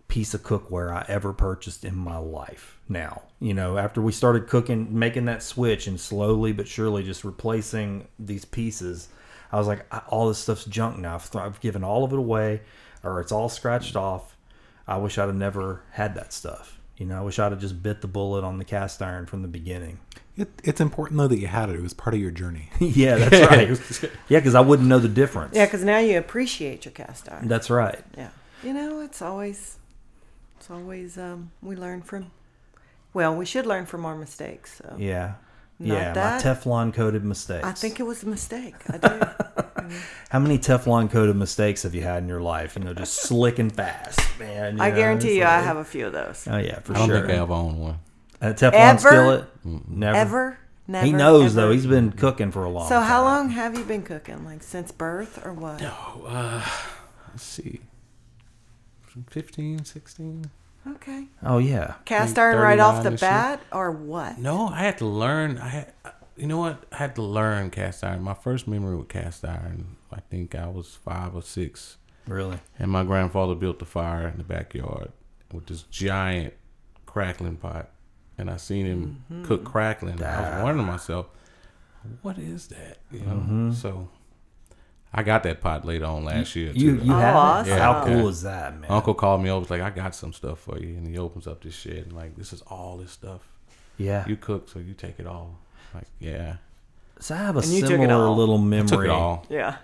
Speaker 2: piece of cookware I ever purchased in my life. Now, you know, after we started cooking, making that switch, and slowly but surely just replacing these pieces, I was like, I, all this stuff's junk now. I've, th- I've given all of it away, or it's all scratched off. I wish I'd have never had that stuff. You know, I wish I'd have just bit the bullet on the cast iron from the beginning.
Speaker 6: It, it's important though that you had it. It was part of your journey.
Speaker 2: yeah, that's right. Yeah, because I wouldn't know the difference.
Speaker 3: Yeah, because now you appreciate your cast iron.
Speaker 2: that's right.
Speaker 3: yeah, you know, it's always, it's always. Um, we learn from. Well, we should learn from our mistakes. So
Speaker 2: Yeah,
Speaker 3: Not
Speaker 2: yeah.
Speaker 3: that.
Speaker 2: My Teflon coated mistakes.
Speaker 3: I think it was a mistake. I do.
Speaker 2: How many Teflon coated mistakes have you had in your life? You know, just slick and fast, man.
Speaker 3: I
Speaker 2: know,
Speaker 3: guarantee
Speaker 2: it's
Speaker 3: you, I
Speaker 2: like-
Speaker 3: have a few of those.
Speaker 2: Oh yeah, for
Speaker 5: I don't
Speaker 2: sure.
Speaker 5: think I ever own one.
Speaker 2: a Teflon
Speaker 3: Ever?
Speaker 2: skillet. Never.
Speaker 3: Ever, never.
Speaker 2: he knows
Speaker 3: ever.
Speaker 2: though. He's been cooking for a long.
Speaker 3: So how
Speaker 2: time.
Speaker 3: long have you been cooking? Like since birth or what?
Speaker 5: Let's see. 15, 16?
Speaker 3: Okay.
Speaker 2: Oh yeah.
Speaker 3: Cast
Speaker 5: Like
Speaker 3: iron right off
Speaker 5: 39
Speaker 3: the
Speaker 5: and shit.
Speaker 3: bat or what?
Speaker 5: No, I had to learn. I had, uh, you know what? I had to learn cast iron. My first memory with cast iron, I think I was five or six,
Speaker 2: Really?
Speaker 5: and my grandfather built a fire in the backyard with this giant crackling pot, and I seen him
Speaker 2: Mm-hmm.
Speaker 5: cook crackling. I was wondering to myself, what is that? You know, so. I got that pot later on last year.
Speaker 2: Mm-hmm. You
Speaker 5: too.
Speaker 2: you
Speaker 3: Oh,
Speaker 2: have it?
Speaker 3: awesome.
Speaker 5: Yeah,
Speaker 2: How
Speaker 5: okay.
Speaker 2: cool is that, man?
Speaker 5: Uncle called me over, was like, I got some stuff for you. And he opens up this shit and like, this is all this stuff.
Speaker 2: Yeah.
Speaker 5: You cook, so you take it all. Like, yeah.
Speaker 2: so I have a
Speaker 3: And you took it
Speaker 2: similar
Speaker 3: all.
Speaker 2: little memory.
Speaker 5: Took it all.
Speaker 3: Yeah.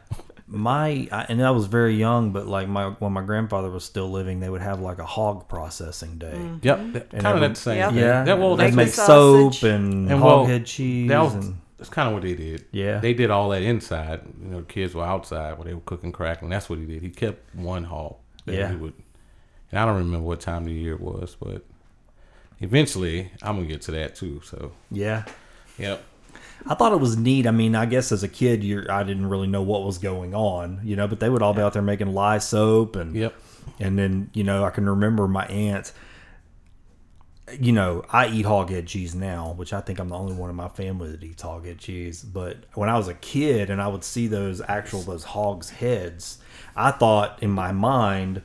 Speaker 2: my I, and I was very young, but like my when my grandfather was still living, they would have like a hog processing day.
Speaker 3: Mm.
Speaker 5: Yep. kind of
Speaker 2: every-
Speaker 5: that same
Speaker 3: Yeah.
Speaker 5: thing.
Speaker 2: Yeah,
Speaker 5: That, well,
Speaker 2: they
Speaker 5: that's,
Speaker 3: Make
Speaker 2: make
Speaker 3: the
Speaker 2: soap
Speaker 3: sausage.
Speaker 2: and, hog
Speaker 5: And, well,
Speaker 2: head cheese.
Speaker 5: that was,
Speaker 2: and,
Speaker 5: that's kind of what they did.
Speaker 2: Yeah.
Speaker 5: They did all that inside. You know, the kids were outside where they were cooking crack. And that's what he did. He kept one hog. that
Speaker 2: Yeah.
Speaker 5: He would, and I don't remember what time of the year it was, but eventually I'm going to get to that too. So,
Speaker 2: yeah,
Speaker 5: yep.
Speaker 2: I thought it was neat. I mean, I guess as a kid, you're I didn't really know what was going on, you know. But they would all be out there making lye soap and
Speaker 5: Yep.
Speaker 2: and then you know I can remember my aunt. you know, I eat hog head cheese now, which I think I'm the only one in my family that eats hog head cheese. But when I was a kid and I would see those actual those hogs heads, I thought in my mind,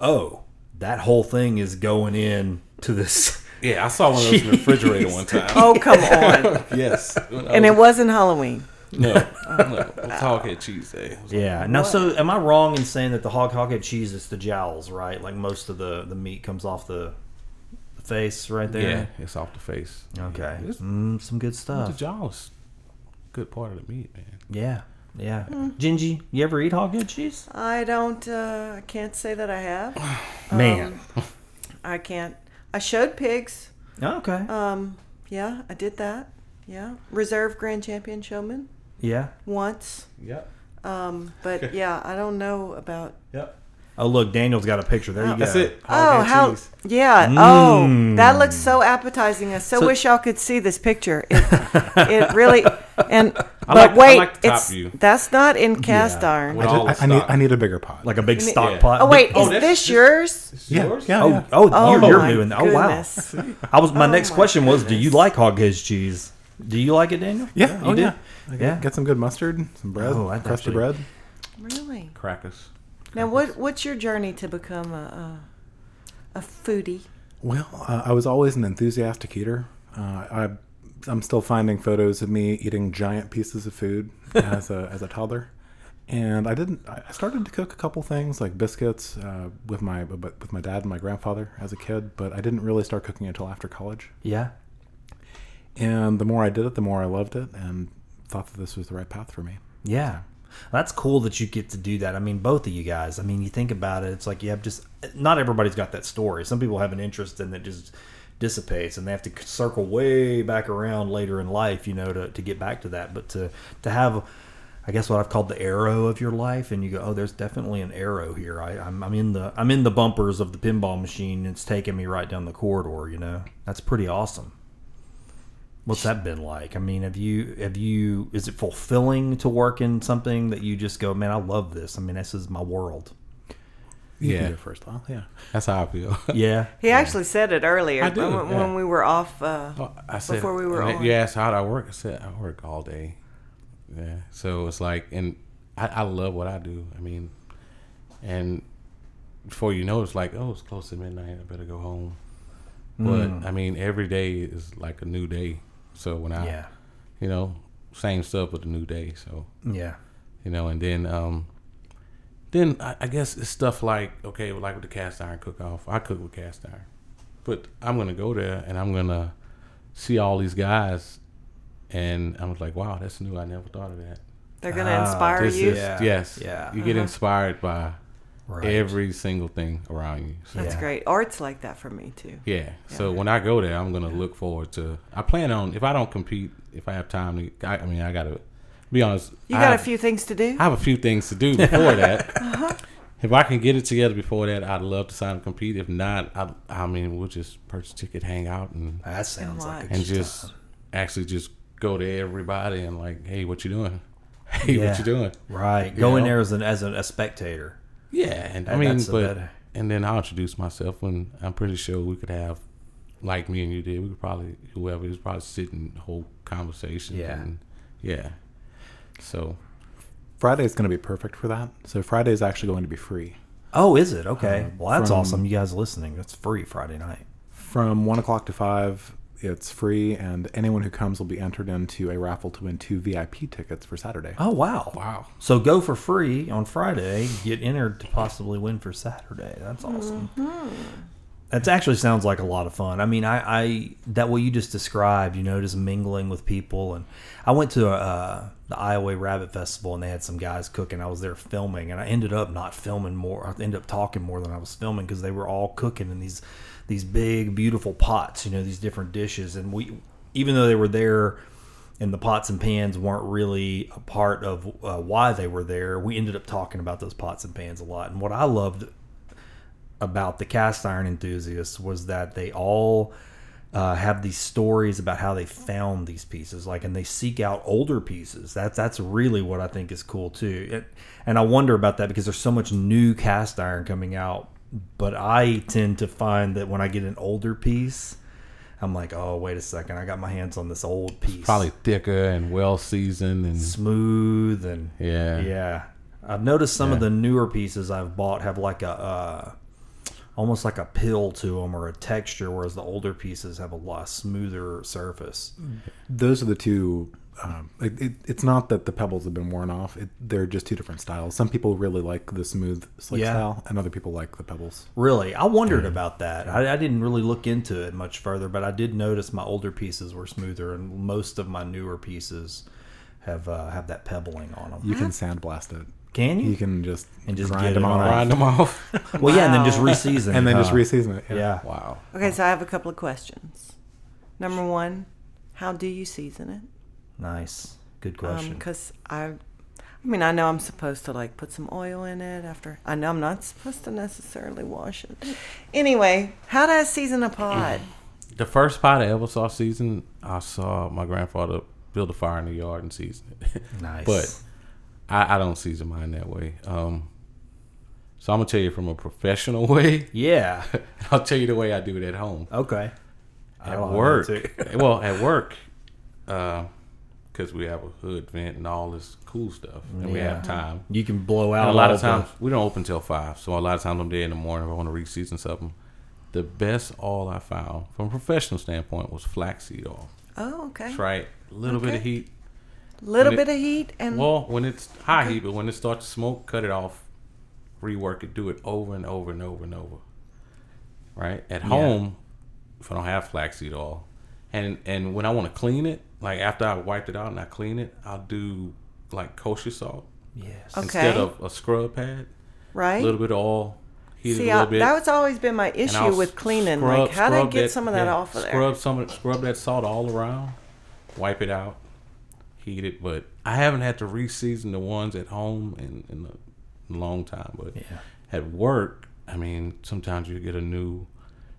Speaker 2: oh, that whole thing is going in to this.
Speaker 5: Yeah, I saw one of those in the refrigerator one time.
Speaker 3: Oh, come on.
Speaker 5: yes. When I
Speaker 3: And it
Speaker 5: was-
Speaker 3: wasn't Halloween.
Speaker 5: no, no. It's hog head cheese day. It was
Speaker 2: Yeah. Now, so am I wrong in saying that the hog hog head cheese is the jowls, right? Like most of the the meat comes off the, the face right
Speaker 5: like, yeah,
Speaker 2: there.
Speaker 5: it's off the face.
Speaker 2: Okay.
Speaker 5: It's,
Speaker 2: Mm, some good stuff.
Speaker 5: the jaw's a good part of the meat, man.
Speaker 2: Yeah. Yeah.
Speaker 3: Hmm.
Speaker 2: Gingy, you ever eat hog head cheese?
Speaker 3: I don't, uh, I can't say that I have.
Speaker 2: Man.
Speaker 3: I can't. I showed pigs.
Speaker 2: Oh, okay.
Speaker 3: Um, yeah, I did that. Yeah. Reserve Grand Champion Showman
Speaker 2: yeah.
Speaker 3: once.
Speaker 5: Yep.
Speaker 3: Um, but yeah, I don't know about.
Speaker 5: Yep.
Speaker 2: Oh, look, Daniel's got a picture. There you go.
Speaker 5: That's it.
Speaker 3: Oh,
Speaker 5: Hog head
Speaker 3: how?
Speaker 5: cheese.
Speaker 3: Yeah.
Speaker 5: Mm.
Speaker 3: Oh, that looks so appetizing. I so,
Speaker 2: So-
Speaker 3: wish y'all could see this picture. It, it really. And
Speaker 5: I
Speaker 3: but
Speaker 5: like- I
Speaker 3: wait,
Speaker 5: like the top
Speaker 3: it's
Speaker 5: view.
Speaker 3: that's not in cast iron.
Speaker 5: With
Speaker 6: I,
Speaker 5: all the
Speaker 6: I need,
Speaker 5: stock.
Speaker 6: I need a bigger pot.
Speaker 2: Like a big stock
Speaker 5: Yeah.
Speaker 2: pot.
Speaker 3: Oh wait,
Speaker 2: Big-
Speaker 5: Oh,
Speaker 3: is
Speaker 5: that's-
Speaker 3: this
Speaker 5: this-
Speaker 3: yours?
Speaker 5: It's
Speaker 6: yeah,
Speaker 5: yours?
Speaker 6: yeah, yeah.
Speaker 2: Oh, oh,
Speaker 3: Oh,
Speaker 2: you're, you're
Speaker 3: my
Speaker 2: doing that. Oh, wow.
Speaker 3: goodness.
Speaker 2: I was. My
Speaker 3: Oh,
Speaker 2: next
Speaker 3: my
Speaker 2: question was, do you
Speaker 3: goodness.
Speaker 2: like hog head cheese? Do you like it, Daniel?
Speaker 6: Yeah,
Speaker 2: you
Speaker 6: oh,
Speaker 2: do?
Speaker 6: yeah.
Speaker 2: Yeah.
Speaker 6: Get some good mustard, some bread,
Speaker 2: Oh, I'd
Speaker 6: crusty
Speaker 2: actually-
Speaker 6: bread.
Speaker 3: Really?
Speaker 5: Crackers.
Speaker 3: Now, what what's your journey to become a a, a foodie?
Speaker 6: Well, uh, I was always an enthusiastic eater. Uh, I, I'm still finding photos of me eating giant pieces of food as a as a toddler, and I didn't. I I started to cook a couple things like biscuits uh, with my but with my dad and my grandfather as a kid, but I didn't really start cooking until after college.
Speaker 2: Yeah.
Speaker 6: And the more I did it, the more I loved it, and thought that this was the right path for me.
Speaker 2: Yeah. That's cool that you get to do that. I mean, both of you guys. I mean, you think about it, it's like you have just not everybody's got that story. Some people have an interest and it just dissipates and they have to circle way back around later in life, you know, to, to get back to that. But to to have I guess what I've called the arrow of your life and you go, Oh, there's definitely an arrow here. I, I'm I'm in the I'm in the bumpers of the pinball machine and it's taking me right down the corridor, you know? That's pretty awesome. What's that been like? I mean, have you have you is it fulfilling to work in something that you just go, man, I love this. I mean, this is my world.
Speaker 6: You can
Speaker 5: Yeah.
Speaker 6: go first, Lyle. Yeah.
Speaker 5: That's how I feel.
Speaker 2: Yeah.
Speaker 3: He actually said it earlier
Speaker 5: I do,
Speaker 3: when, when
Speaker 5: yeah.
Speaker 3: we were off. Uh,
Speaker 5: Oh, I said
Speaker 3: Before we were
Speaker 5: and
Speaker 3: on.
Speaker 5: You asked how do I work? I said I work all day. Yeah. So it's like, and I, I love what I do. I mean, and before you know, it, it's like, oh, it's close to midnight. I better go home. But
Speaker 3: Mm.
Speaker 5: I mean, every day is like a new day. So when I,
Speaker 2: Yeah.
Speaker 5: you know, same stuff with a new day. So
Speaker 2: Yeah.
Speaker 5: you know, and then um, then I, I guess it's stuff like okay, like with the cast iron cook off, I cook with cast iron, but I'm gonna go there and I'm gonna see all these guys, and I was like, wow, that's new. I never thought of that.
Speaker 3: they're gonna
Speaker 2: Ah,
Speaker 3: inspire
Speaker 5: This
Speaker 3: you. Uh-huh.
Speaker 5: is-
Speaker 2: Yeah.
Speaker 5: yes,
Speaker 2: Yeah.
Speaker 5: You get inspired by
Speaker 2: Right.
Speaker 5: every single thing around you. So,
Speaker 3: That's
Speaker 2: Yeah.
Speaker 3: great. Art's like that for me too.
Speaker 5: yeah. So when I go there, I'm gonna look forward to. I plan on if I don't compete, if I have time to. I, I mean, I gotta be honest.
Speaker 3: You
Speaker 5: I
Speaker 3: got a
Speaker 5: have-
Speaker 3: few things to do.
Speaker 5: I have a few things to do before that.
Speaker 2: Uh-huh.
Speaker 5: If I can get it together before that, I'd love to sign and compete. If not, I, I mean, we'll just purchase a ticket, hang out, and
Speaker 2: That sounds like a
Speaker 5: and just actually just go to everybody and like, hey, what you doing? Hey,
Speaker 2: Yeah.
Speaker 5: what you doing?
Speaker 2: Right.
Speaker 5: You
Speaker 2: Go in
Speaker 5: know?
Speaker 2: there as an as a, a spectator.
Speaker 5: Yeah, and I
Speaker 2: And
Speaker 5: mean,
Speaker 2: that's the
Speaker 5: but
Speaker 2: better.
Speaker 5: and then I'll introduce myself, and I'm pretty sure we could have, like me and you did, we could probably whoever is probably sitting whole conversation.
Speaker 2: Yeah.
Speaker 5: and, yeah. So
Speaker 6: Friday is going to be perfect for that. So Friday is actually going to be free.
Speaker 2: Oh, is it? Okay.
Speaker 5: Uh,
Speaker 2: well, that's
Speaker 6: from-
Speaker 2: awesome. You guys listening. That's free Friday night.
Speaker 6: from one o'clock to five it's free and anyone who comes will be entered into a raffle to win two vip tickets for saturday
Speaker 2: Oh, wow.
Speaker 5: wow,
Speaker 2: So go for free on Friday, get entered to possibly win for Saturday. That's awesome. That actually sounds like a lot of fun. I mean, I, I that what you just described, you know, just mingling with people. And I went to uh, the Iowa Rabbit Festival, and they had some guys cooking. I was there filming, and I ended up not filming more. I ended up talking more than I was filming because they were all cooking in these these big, beautiful pots, you know, these different dishes. And we, even though they were there, and the pots and pans weren't really a part of uh, why they were there. We ended up talking about those pots and pans a lot. And what I loved about the cast iron enthusiasts was that they all uh, have these stories about how they found these pieces, like, and they seek out older pieces. That's that's really what I think is cool too. It, and I wonder about that because there's so much new cast iron coming out. But I tend to find that when I get an older piece, I'm like, oh wait a second, I got my hands on this old piece,
Speaker 5: Probably thicker and well seasoned and
Speaker 2: smooth and
Speaker 5: yeah.
Speaker 2: yeah. I've noticed some of
Speaker 5: Yeah.
Speaker 2: the newer pieces I've bought have like a uh, almost like a pill to them or a texture, whereas the older pieces have a lot smoother surface.
Speaker 6: those are the two. Um, it, it, it's not that the pebbles have been worn off. It, they're just two different styles. Some people really like the smooth slick
Speaker 2: Yeah.
Speaker 6: style, and other people like the pebbles.
Speaker 2: Really, I wondered about that. I, I didn't really look into it much further, but I did notice my older pieces were smoother, and most of my newer pieces have uh, have that pebbling on them.
Speaker 6: You can sandblast it.
Speaker 2: Can you?
Speaker 6: You can just
Speaker 2: And just get
Speaker 6: grind them
Speaker 2: it
Speaker 6: on
Speaker 2: all
Speaker 5: Grind them off.
Speaker 2: Well, yeah, and then just reseason,
Speaker 6: and then just
Speaker 2: huh?
Speaker 6: reseason it.
Speaker 2: Yeah,
Speaker 5: wow.
Speaker 3: Okay, so I have a couple of questions. Number one, how do you season it?
Speaker 2: nice, good question.
Speaker 3: Because I, I mean, I know I'm supposed to like put some oil in it after. I know I'm not supposed to necessarily wash it. Anyway, how do I season a pod?
Speaker 5: The first pot I ever saw seasoned, I saw my grandfather build a fire in the yard and season it.
Speaker 2: Nice.
Speaker 5: But I, I don't season mine that way. Um, so I'm gonna tell you from a professional way.
Speaker 2: yeah,
Speaker 5: I'll tell you the way I do it at home.
Speaker 2: okay. I
Speaker 5: At
Speaker 2: like that
Speaker 5: work,
Speaker 2: too.
Speaker 5: well, at work, because we have a hood vent and all this cool stuff, and we have time.
Speaker 2: You can blow out
Speaker 5: And a lot
Speaker 2: all
Speaker 5: of
Speaker 2: the-
Speaker 5: times we don't open till five, so a lot of times I'm there in the morning if I want to reseason something. The best all I found from a professional standpoint was flaxseed oil.
Speaker 3: Oh, okay.
Speaker 5: That's right, a little bit of
Speaker 3: Okay. Mm-hmm.
Speaker 5: heat.
Speaker 3: Little
Speaker 5: When it-
Speaker 3: bit of heat and
Speaker 5: Well, when it's high heat, but when it starts to smoke, cut it off, rework it, do it over and over and over and over. Right at home, if I don't have flaxseed oil, and and when I want to clean it, like after I wiped it out and I clean it, I'll do like kosher salt
Speaker 2: Yes.
Speaker 3: Okay.
Speaker 5: instead of a scrub pad.
Speaker 3: right.
Speaker 5: A little bit of oil, heat
Speaker 3: See,
Speaker 5: it a
Speaker 3: I,
Speaker 5: little bit.
Speaker 3: that was always been my
Speaker 5: and
Speaker 3: issue
Speaker 5: I'll
Speaker 3: with cleaning.
Speaker 5: scrub-
Speaker 3: like, how do I
Speaker 5: scrub
Speaker 3: get some of that
Speaker 5: yeah,
Speaker 3: off of there?
Speaker 5: Scrub some, of- scrub that salt all around, wipe it out, heat it. But I haven't had to reseason the ones at home in, in a long time. But
Speaker 2: Yeah.
Speaker 5: at work, I mean, sometimes you get a new,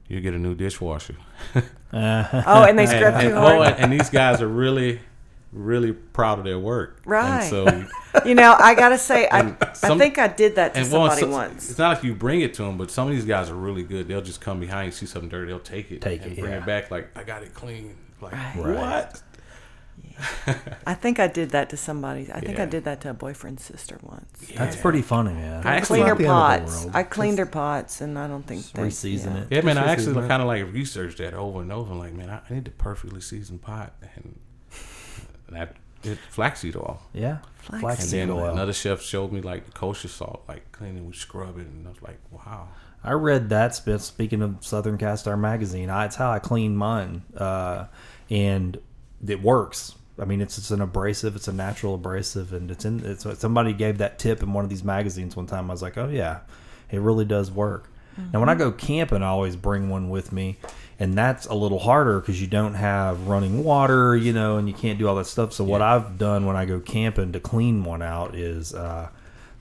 Speaker 5: you get a new dishwasher.
Speaker 3: Oh, and they
Speaker 5: And-
Speaker 3: scrub
Speaker 5: and-
Speaker 3: too
Speaker 5: oh,
Speaker 3: hard.
Speaker 5: and, and these guys are really, really proud of their work.
Speaker 3: Right.
Speaker 5: And so
Speaker 3: You know, I gotta say, I, I
Speaker 5: some-
Speaker 3: think I did that to
Speaker 5: And well,
Speaker 3: somebody
Speaker 5: so-
Speaker 3: once.
Speaker 5: It's not like you bring it to them, but some of these guys are really good. They'll just come behind, you, see something dirty, they'll take it,
Speaker 2: Take
Speaker 5: and
Speaker 2: it,
Speaker 5: bring
Speaker 2: yeah.
Speaker 5: it back. Like I got it clean. Like
Speaker 2: Right.
Speaker 5: what?
Speaker 3: I think I did that to somebody. I think I
Speaker 5: Yeah.
Speaker 3: did that to a boyfriend's sister once.
Speaker 2: That's pretty funny, man.
Speaker 5: I actually,
Speaker 3: Clean her
Speaker 6: not the end of the
Speaker 3: pots.
Speaker 6: world.
Speaker 3: I cleaned her pots, and I don't think they
Speaker 2: Reseason
Speaker 3: yeah.
Speaker 2: it.
Speaker 5: yeah, man. I
Speaker 6: This is
Speaker 5: actually
Speaker 6: not-
Speaker 5: kind of like researched that over and over. I'm like, man, I, I need the perfectly seasoned pot, and that it, flaxseed oil.
Speaker 2: Yeah.
Speaker 3: Flaxseed
Speaker 5: And
Speaker 2: Flaxseed
Speaker 5: then
Speaker 2: oil.
Speaker 5: another chef showed me like the kosher salt, like cleaning with scrubbing, and I was like, wow.
Speaker 2: I read that. sp- Speaking of Southern Cast Iron Magazine, I, it's how I clean mine, uh, and it works. I mean, it's it's an abrasive. It's a natural abrasive, and it's in. It's somebody gave that tip in one of these magazines one time. I was like, oh yeah, it really does work. Now when I go camping, I always bring one with me, and that's a little harder because you don't have running water, you know, and you can't do all that stuff. So what I've done when I go camping to clean one out is. Uh,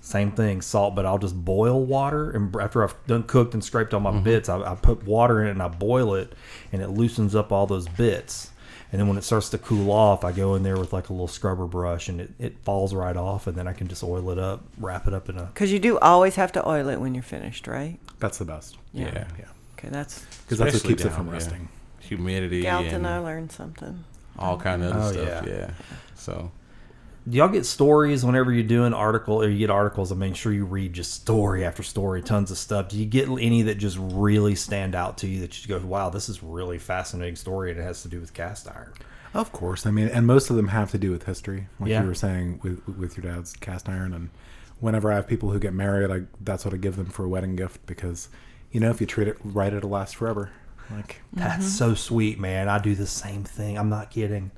Speaker 2: same thing, salt, but I'll just boil water. And after I've done cooked and scraped all my bits, I, I put water in it and I boil it, and it loosens up all those bits. And then when it starts to cool off, I go in there with like a little scrubber brush, and it, it falls right off. And then I can just oil it up, wrap it up in a
Speaker 3: Because you do always have to oil it when you're finished, right?
Speaker 6: That's the best.
Speaker 5: Yeah.
Speaker 3: Okay, that's
Speaker 6: Because that's what
Speaker 5: Especially
Speaker 6: keeps it
Speaker 5: down
Speaker 6: from
Speaker 5: there.
Speaker 6: rusting.
Speaker 5: Humidity
Speaker 3: Galton. I
Speaker 5: and
Speaker 3: learned something.
Speaker 5: all kind of other
Speaker 2: Oh,
Speaker 5: stuff.
Speaker 2: yeah.
Speaker 5: yeah. So
Speaker 2: Do y'all get stories whenever you do an article or you get articles? I mean, sure you read just story after story, tons of stuff. Do you get any that just really stand out to you that you go, wow, this is really fascinating story and it has to do with cast iron?
Speaker 6: Of course, I mean, and most of them have to do with history, like
Speaker 2: Yeah.
Speaker 6: you were saying with with your dad's cast iron. And whenever I have people who get married, I that's what I give them for a wedding gift because, you know, if you treat it right, it'll last forever. Like
Speaker 2: That's
Speaker 3: Mm-hmm.
Speaker 2: so sweet, man. I do the same thing. I'm not kidding.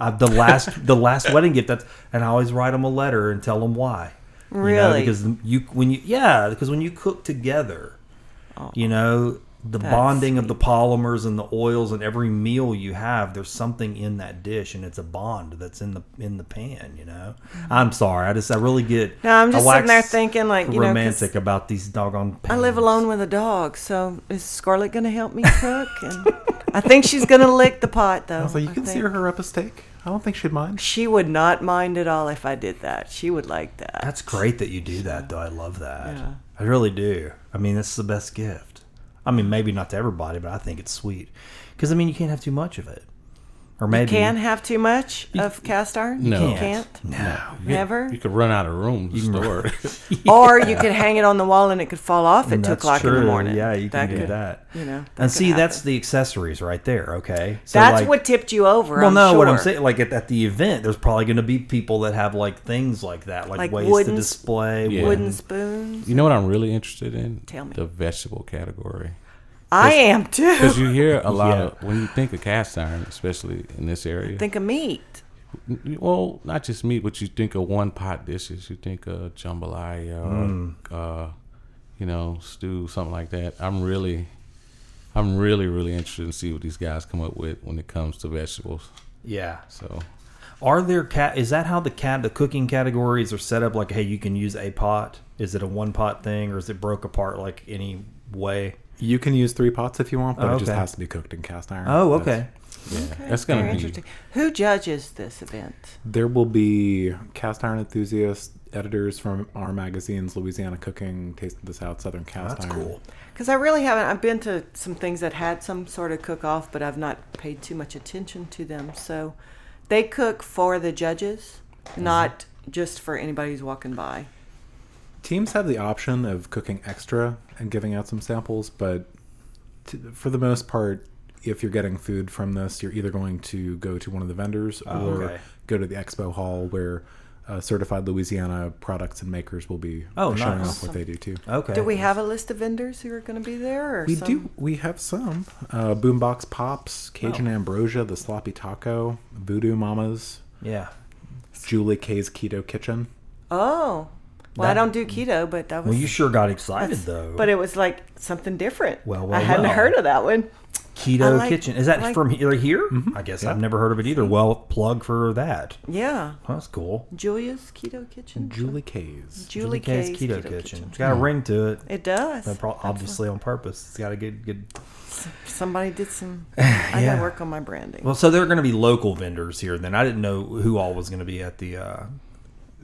Speaker 2: I, the last the last wedding gift that's and I always write them a letter and tell them why. You know,
Speaker 3: Really?
Speaker 2: because you when you yeah because when you cook together,
Speaker 3: Oh.
Speaker 2: you know the bonding of the polymers and the oils and every meal you have, there's something in that dish and it's a bond that's in the in the pan. You know. I'm sorry. I just I really get.
Speaker 3: Mm-hmm. No, I'm just
Speaker 2: I
Speaker 3: sitting there
Speaker 2: wax
Speaker 3: thinking, like, you know, 'cause
Speaker 2: romantic about these doggone.
Speaker 3: I live
Speaker 2: pans.
Speaker 3: alone with a dog, so is Scarlett going to help me cook? And I think she's going to lick the pot, though.
Speaker 6: I was like, you
Speaker 3: I
Speaker 6: can
Speaker 3: think.
Speaker 6: sear her up a steak. I don't think she'd mind.
Speaker 3: She would not mind at all if I did that. She would like that.
Speaker 2: That's great that you do that, though. I love that.
Speaker 3: Yeah.
Speaker 2: I really do. I mean, that's the best gift. I mean, maybe not to everybody, but I think it's sweet because I mean you can't have too much of it, or maybe
Speaker 3: Can have too much of cast iron?
Speaker 5: No.
Speaker 3: You can't.
Speaker 2: no.
Speaker 3: Never.
Speaker 5: You could run out of room to store it.
Speaker 3: Or you could hang it on the wall and it could fall off at two
Speaker 2: That's
Speaker 3: o'clock in the
Speaker 2: true.
Speaker 3: morning.
Speaker 2: Yeah, you can do
Speaker 3: could-
Speaker 2: that.
Speaker 3: You know, that
Speaker 2: and see,
Speaker 3: could
Speaker 2: that's
Speaker 3: happen.
Speaker 2: the accessories right there. Okay, so
Speaker 3: that's
Speaker 2: like-
Speaker 3: what tipped you over.
Speaker 2: Well,
Speaker 3: I'm
Speaker 2: no, what I'm
Speaker 3: sure.
Speaker 2: saying, like at, at the event, there's probably going to be people that have like things like that, like,
Speaker 3: Like
Speaker 2: ways
Speaker 3: wooden-
Speaker 2: to display.
Speaker 5: Yeah.
Speaker 2: wooden-
Speaker 3: wooden spoons.
Speaker 5: You know what I'm really interested in?
Speaker 3: Tell me.
Speaker 5: The vegetable category.
Speaker 3: I am too.
Speaker 5: Because you hear a lot
Speaker 2: Yeah.
Speaker 5: of, when you think of cast iron, especially in this area,
Speaker 3: Think of meat.
Speaker 5: well, not just meat, but you think of one pot dishes. You think of jambalaya,
Speaker 2: Mm.
Speaker 5: or, uh, you know, stew, something like that. I'm really, I'm really, really interested in see what these guys come up with when it comes to vegetables.
Speaker 2: Yeah.
Speaker 5: So
Speaker 2: Are there cat? Is that how the cat the cooking categories are set up? Like, hey, you can use a pot. Is it a one pot thing, or is it broke apart like any way?
Speaker 6: You can use three pots if you want, but
Speaker 2: Oh,
Speaker 6: it just
Speaker 2: okay.
Speaker 6: has to be cooked in cast iron.
Speaker 2: Oh,
Speaker 6: That's-
Speaker 2: okay.
Speaker 5: that's gonna
Speaker 3: Very
Speaker 5: be
Speaker 3: interesting. Who judges this event?
Speaker 6: There will be cast iron enthusiasts, editors from our magazines, Louisiana Cooking, Tasting This Out, Southern Cast
Speaker 2: That's
Speaker 6: Iron.
Speaker 2: cool.
Speaker 3: Because I really haven't. I've been to some things that had some sort of cook off, but I've not paid too much attention to them. So they cook for the judges,
Speaker 2: Mm-hmm.
Speaker 3: not just for anybody who's walking by.
Speaker 6: Teams have the option of cooking extra and giving out some samples, but t- for the most part, if you're getting food from this, you're either going to go to one of the vendors or
Speaker 2: Oh, okay.
Speaker 6: go to the expo hall where uh, certified Louisiana products and makers will be
Speaker 2: Oh,
Speaker 6: showing
Speaker 2: nice. Uh,
Speaker 6: off what they do too.
Speaker 2: Okay.
Speaker 3: Do we have a list of vendors who are going to be there? Or
Speaker 6: We
Speaker 3: some-
Speaker 6: do. We have some uh, boombox pops, Cajun
Speaker 2: Oh.
Speaker 6: ambrosia, the sloppy taco, voodoo mamas,
Speaker 2: Yeah.
Speaker 6: Julie K's keto kitchen.
Speaker 3: Oh, well,
Speaker 2: That-
Speaker 3: I don't do keto, but that was.
Speaker 2: Well, you sure got excited though.
Speaker 3: But it was like something different.
Speaker 2: Well,
Speaker 3: I
Speaker 2: well,
Speaker 3: hadn't
Speaker 2: well.
Speaker 3: heard of that one. I
Speaker 2: Keto
Speaker 3: like-
Speaker 2: Kitchen is that
Speaker 3: I like- Mm-hmm.
Speaker 2: from here? here? I guess I've never heard of it either. Well, plug for that.
Speaker 3: Yeah,
Speaker 2: That's cool.
Speaker 3: Julia's Keto Kitchen.
Speaker 6: Julie K's.
Speaker 3: Julie
Speaker 2: K's
Speaker 3: K's
Speaker 2: Keto, kitchen. It's got a ring to it.
Speaker 3: It does.
Speaker 2: But pro- obviously on purpose. It's got a good good.
Speaker 3: Somebody did some. I
Speaker 2: Yeah.
Speaker 3: gotta work on my branding.
Speaker 2: Well, so there are going to be local vendors here. Then I didn't know who all was going to be at the, uh,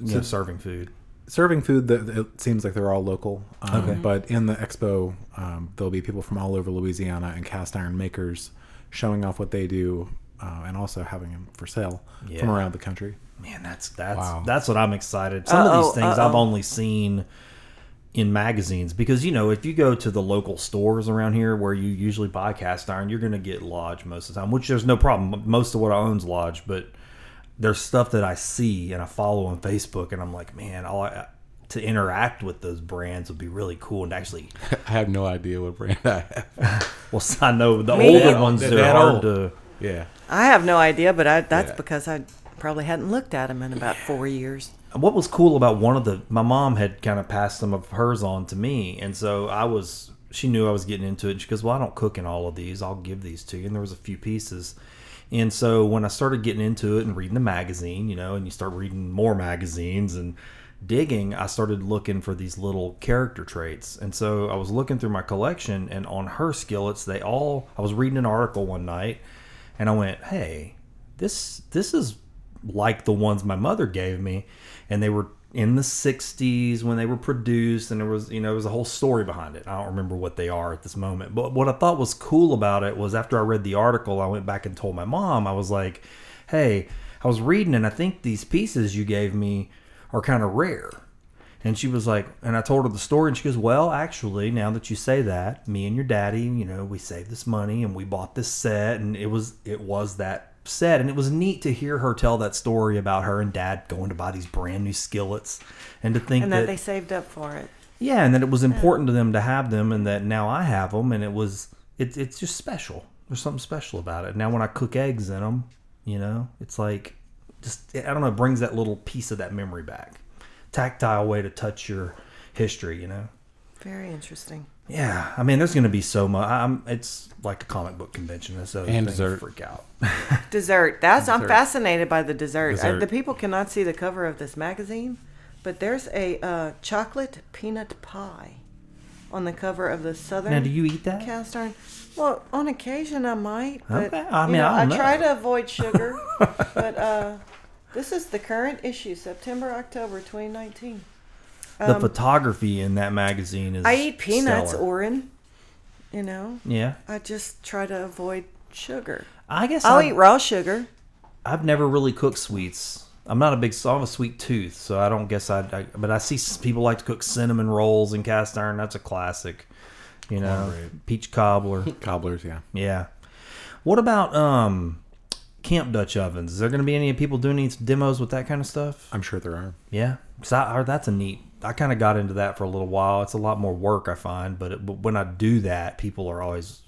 Speaker 2: you know, serving food.
Speaker 6: Serving food, that it seems like they're all local. Um, But in the expo, um, there'll be people from all over Louisiana and cast iron makers showing off what they do uh, and also having them for sale from
Speaker 2: Yeah.
Speaker 6: around the country.
Speaker 2: Man, that's that's
Speaker 5: Wow.
Speaker 2: that's what I'm excited. Some of
Speaker 3: Uh-oh,
Speaker 2: these things I've
Speaker 3: uh-oh.
Speaker 2: only seen in magazines because you know if you go to the local stores around here where you usually buy cast iron, you're going to get lodge most of the time, which there's no problem. Most of what I own's lodge, but there's stuff that I see and I follow on Facebook, and I'm like, man, all I, to interact with those brands would be really cool and to actually.
Speaker 5: I have no idea what brand I have.
Speaker 2: Well, I know the
Speaker 3: Me-
Speaker 2: older ones
Speaker 5: That-
Speaker 2: they're
Speaker 5: that
Speaker 2: hard
Speaker 5: old.
Speaker 2: to.
Speaker 5: Yeah.
Speaker 3: I have no idea, but I, that's
Speaker 5: Yeah.
Speaker 3: because I probably hadn't looked at them in about four years.
Speaker 2: What was cool about one of the my mom had kind of passed some of hers on to me, and so I was she knew I was getting into it. And she goes, "Well, I don't cook in all of these. I'll give these to you." And there was a few pieces. And so when I started getting into it and reading the magazine, you know, and you start reading more magazines and digging, I started looking for these little character traits. And so I was looking through my collection and on her skillets, they all I was reading an article one night and I went, "Hey, this this is like the ones my mother gave me and they were in the 60s when they were produced and there was you know there was a whole story behind it i don't remember what they are at this moment but what i thought was cool about it was after i read the article i went back and told my mom i was like hey i was reading and i think these pieces you gave me are kind of rare and she was like, and I told her the story, and she goes, Well, actually, now that you say that, me and your daddy, you know, we saved this money and we bought this set, and it was it was that set. And it was neat to hear her tell that story about her and dad going to buy these brand new skillets and to think
Speaker 3: And
Speaker 2: that,
Speaker 3: that they saved up for it.
Speaker 2: Yeah, and that it was important to them to have them and that now I have them and it was it, it's just special. There's something special about it. Now when I cook eggs in them, you know, it's like just I don't know, it brings that little piece of that memory back. Tactile way to touch your history, you know.
Speaker 3: Very interesting.
Speaker 2: Yeah, I mean, there's going to be so much. I'm, it's like a comic book convention, so things
Speaker 5: And dessert.
Speaker 2: freak out.
Speaker 3: Dessert. That's I'm fascinated by the dessert. I-
Speaker 5: Dessert.
Speaker 3: the people cannot see the cover of this magazine, but there's a uh, chocolate peanut pie on the cover of the Southern.
Speaker 2: Now, do you eat that?
Speaker 3: cast iron? Well, on occasion I might, but
Speaker 2: Okay. I
Speaker 3: you
Speaker 2: mean, I don't
Speaker 3: try
Speaker 2: know.
Speaker 3: to avoid sugar. but uh, this is the current issue, September October 2019.
Speaker 2: the photography in that magazine is.
Speaker 3: um, I eat peanuts,
Speaker 2: stellar.
Speaker 3: Oren. You know,
Speaker 2: Yeah.
Speaker 3: I just try to avoid sugar.
Speaker 2: I guess
Speaker 3: I'll
Speaker 2: I,
Speaker 3: eat raw sugar.
Speaker 2: I've never really cooked sweets. I'm not a big. I have a sweet tooth, so I don't guess I'd, I. But I see s- people like to cook cinnamon rolls in cast iron. That's a classic. You know, peach cobbler.
Speaker 6: Cobblers, yeah.
Speaker 2: yeah. What about um, camp Dutch ovens? Is there going to be any people doing any demos with that kind of stuff?
Speaker 6: I'm sure there are.
Speaker 2: Yeah, 'Cause I, I heard that's a neat. I kind of got into that for a little while. It's a lot more work, I find, but, it, but when I do that, people are always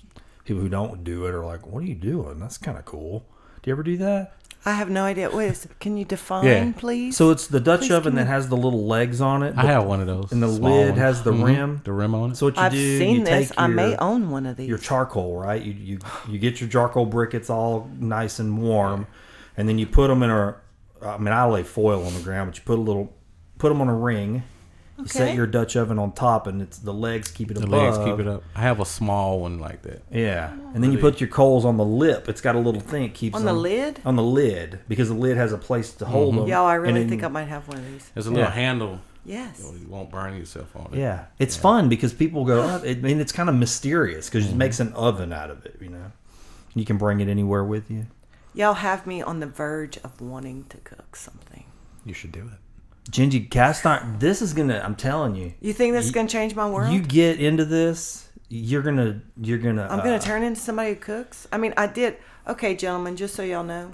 Speaker 2: people who don't do it are like, "What are you doing? That's kind of cool." Do you ever do that?
Speaker 3: I have no idea. What is? Can you define,
Speaker 5: Yeah.
Speaker 3: please?
Speaker 2: So it's the Dutch oven that has the little legs on it.
Speaker 5: I have one of those.
Speaker 2: And the
Speaker 5: small
Speaker 2: lid
Speaker 5: one.
Speaker 2: has the
Speaker 5: Mhm,
Speaker 2: rim.
Speaker 5: The rim on it.
Speaker 2: So what you
Speaker 3: I've
Speaker 2: do? you
Speaker 3: seen this.
Speaker 2: Take your,
Speaker 3: I may own one of these.
Speaker 2: your charcoal, right? You, you you get your charcoal briquettes all nice and warm, and then you put them in a. I mean, I lay foil on the ground, but you put a little, put them on a ring. You set
Speaker 3: Okay.
Speaker 2: your Dutch oven on top, and it's the legs keep it
Speaker 5: the
Speaker 2: above.
Speaker 5: legs keep it up. I have a small one like that.
Speaker 2: Yeah, and then you put your coals on the lip. It's got a little thing that keeps
Speaker 3: On the
Speaker 2: them-
Speaker 3: lid?
Speaker 2: on the lid because the lid has a place
Speaker 5: Mm-hmm.
Speaker 2: to hold them.
Speaker 3: Y'all, I
Speaker 2: and
Speaker 3: really
Speaker 2: then-
Speaker 3: think I might have one of these.
Speaker 5: There's a little
Speaker 2: Yeah.
Speaker 5: handle.
Speaker 3: Yes.
Speaker 5: so You won't burn yourself on it.
Speaker 2: Yeah, Mm-hmm. it's fun because people go. Oh, I mean, it's kind of mysterious because it makes an oven out of it. You know, you can bring it anywhere with you.
Speaker 3: Y'all have me on the verge of wanting to cook something.
Speaker 6: You should do it.
Speaker 2: Gingy cast iron. This is gonna. I'm telling you.
Speaker 3: You think this is going to change my world?
Speaker 2: You get into this, you're gonna. You're gonna.
Speaker 3: I'm going
Speaker 2: uh,
Speaker 3: to turn into somebody who cooks? I mean, I did. Okay, gentlemen, just so y'all know,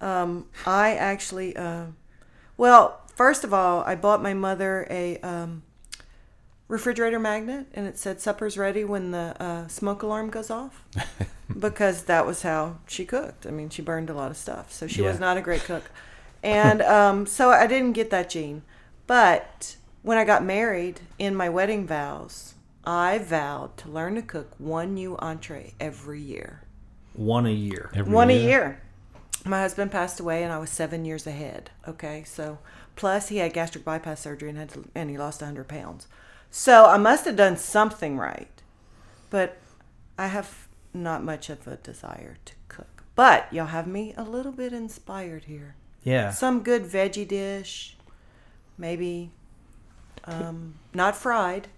Speaker 3: um, I actually, uh, well, first of all, I bought my mother a um, refrigerator magnet and it said supper's ready when the uh, smoke alarm goes off because that was how she cooked. I mean, she burned a lot of stuff. So she was
Speaker 2: Yeah.
Speaker 3: not a great cook. And um, so I didn't get that gene. But when I got married in my wedding vows, I vowed to learn to cook one new entree every year.
Speaker 2: one a year.
Speaker 5: Every
Speaker 3: One a year. My husband passed away, and I was seven years ahead. Okay, so plus he had gastric bypass surgery and had to, and he lost hundred pounds. So I must have done something right, but I have not much of a desire to cook. But y'all have me a little bit inspired here.
Speaker 2: Yeah.
Speaker 3: Some good veggie dish, maybe um, not fried.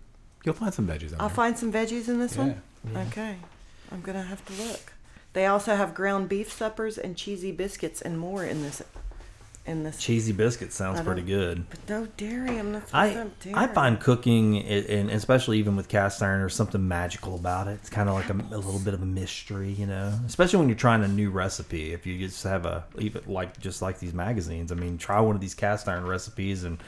Speaker 6: You'll find some veggies on
Speaker 3: I'll
Speaker 6: there.
Speaker 3: find some veggies in this one. Okay, I'm gonna have to look. They also have ground beef suppers and cheesy biscuits and more in this, in this.
Speaker 2: Cheesy biscuit sounds
Speaker 3: I
Speaker 2: pretty
Speaker 3: don't-
Speaker 2: good.
Speaker 3: But no dairy. I'm not supposed to
Speaker 2: I
Speaker 3: have dairy.
Speaker 2: I find cooking i- and especially even with cast iron there's something magical about it. It's kind of like a, a little bit of a mystery, you know. Especially when you're trying a new recipe. If you just have a even like just like these magazines. I mean, try one of these cast iron recipes, and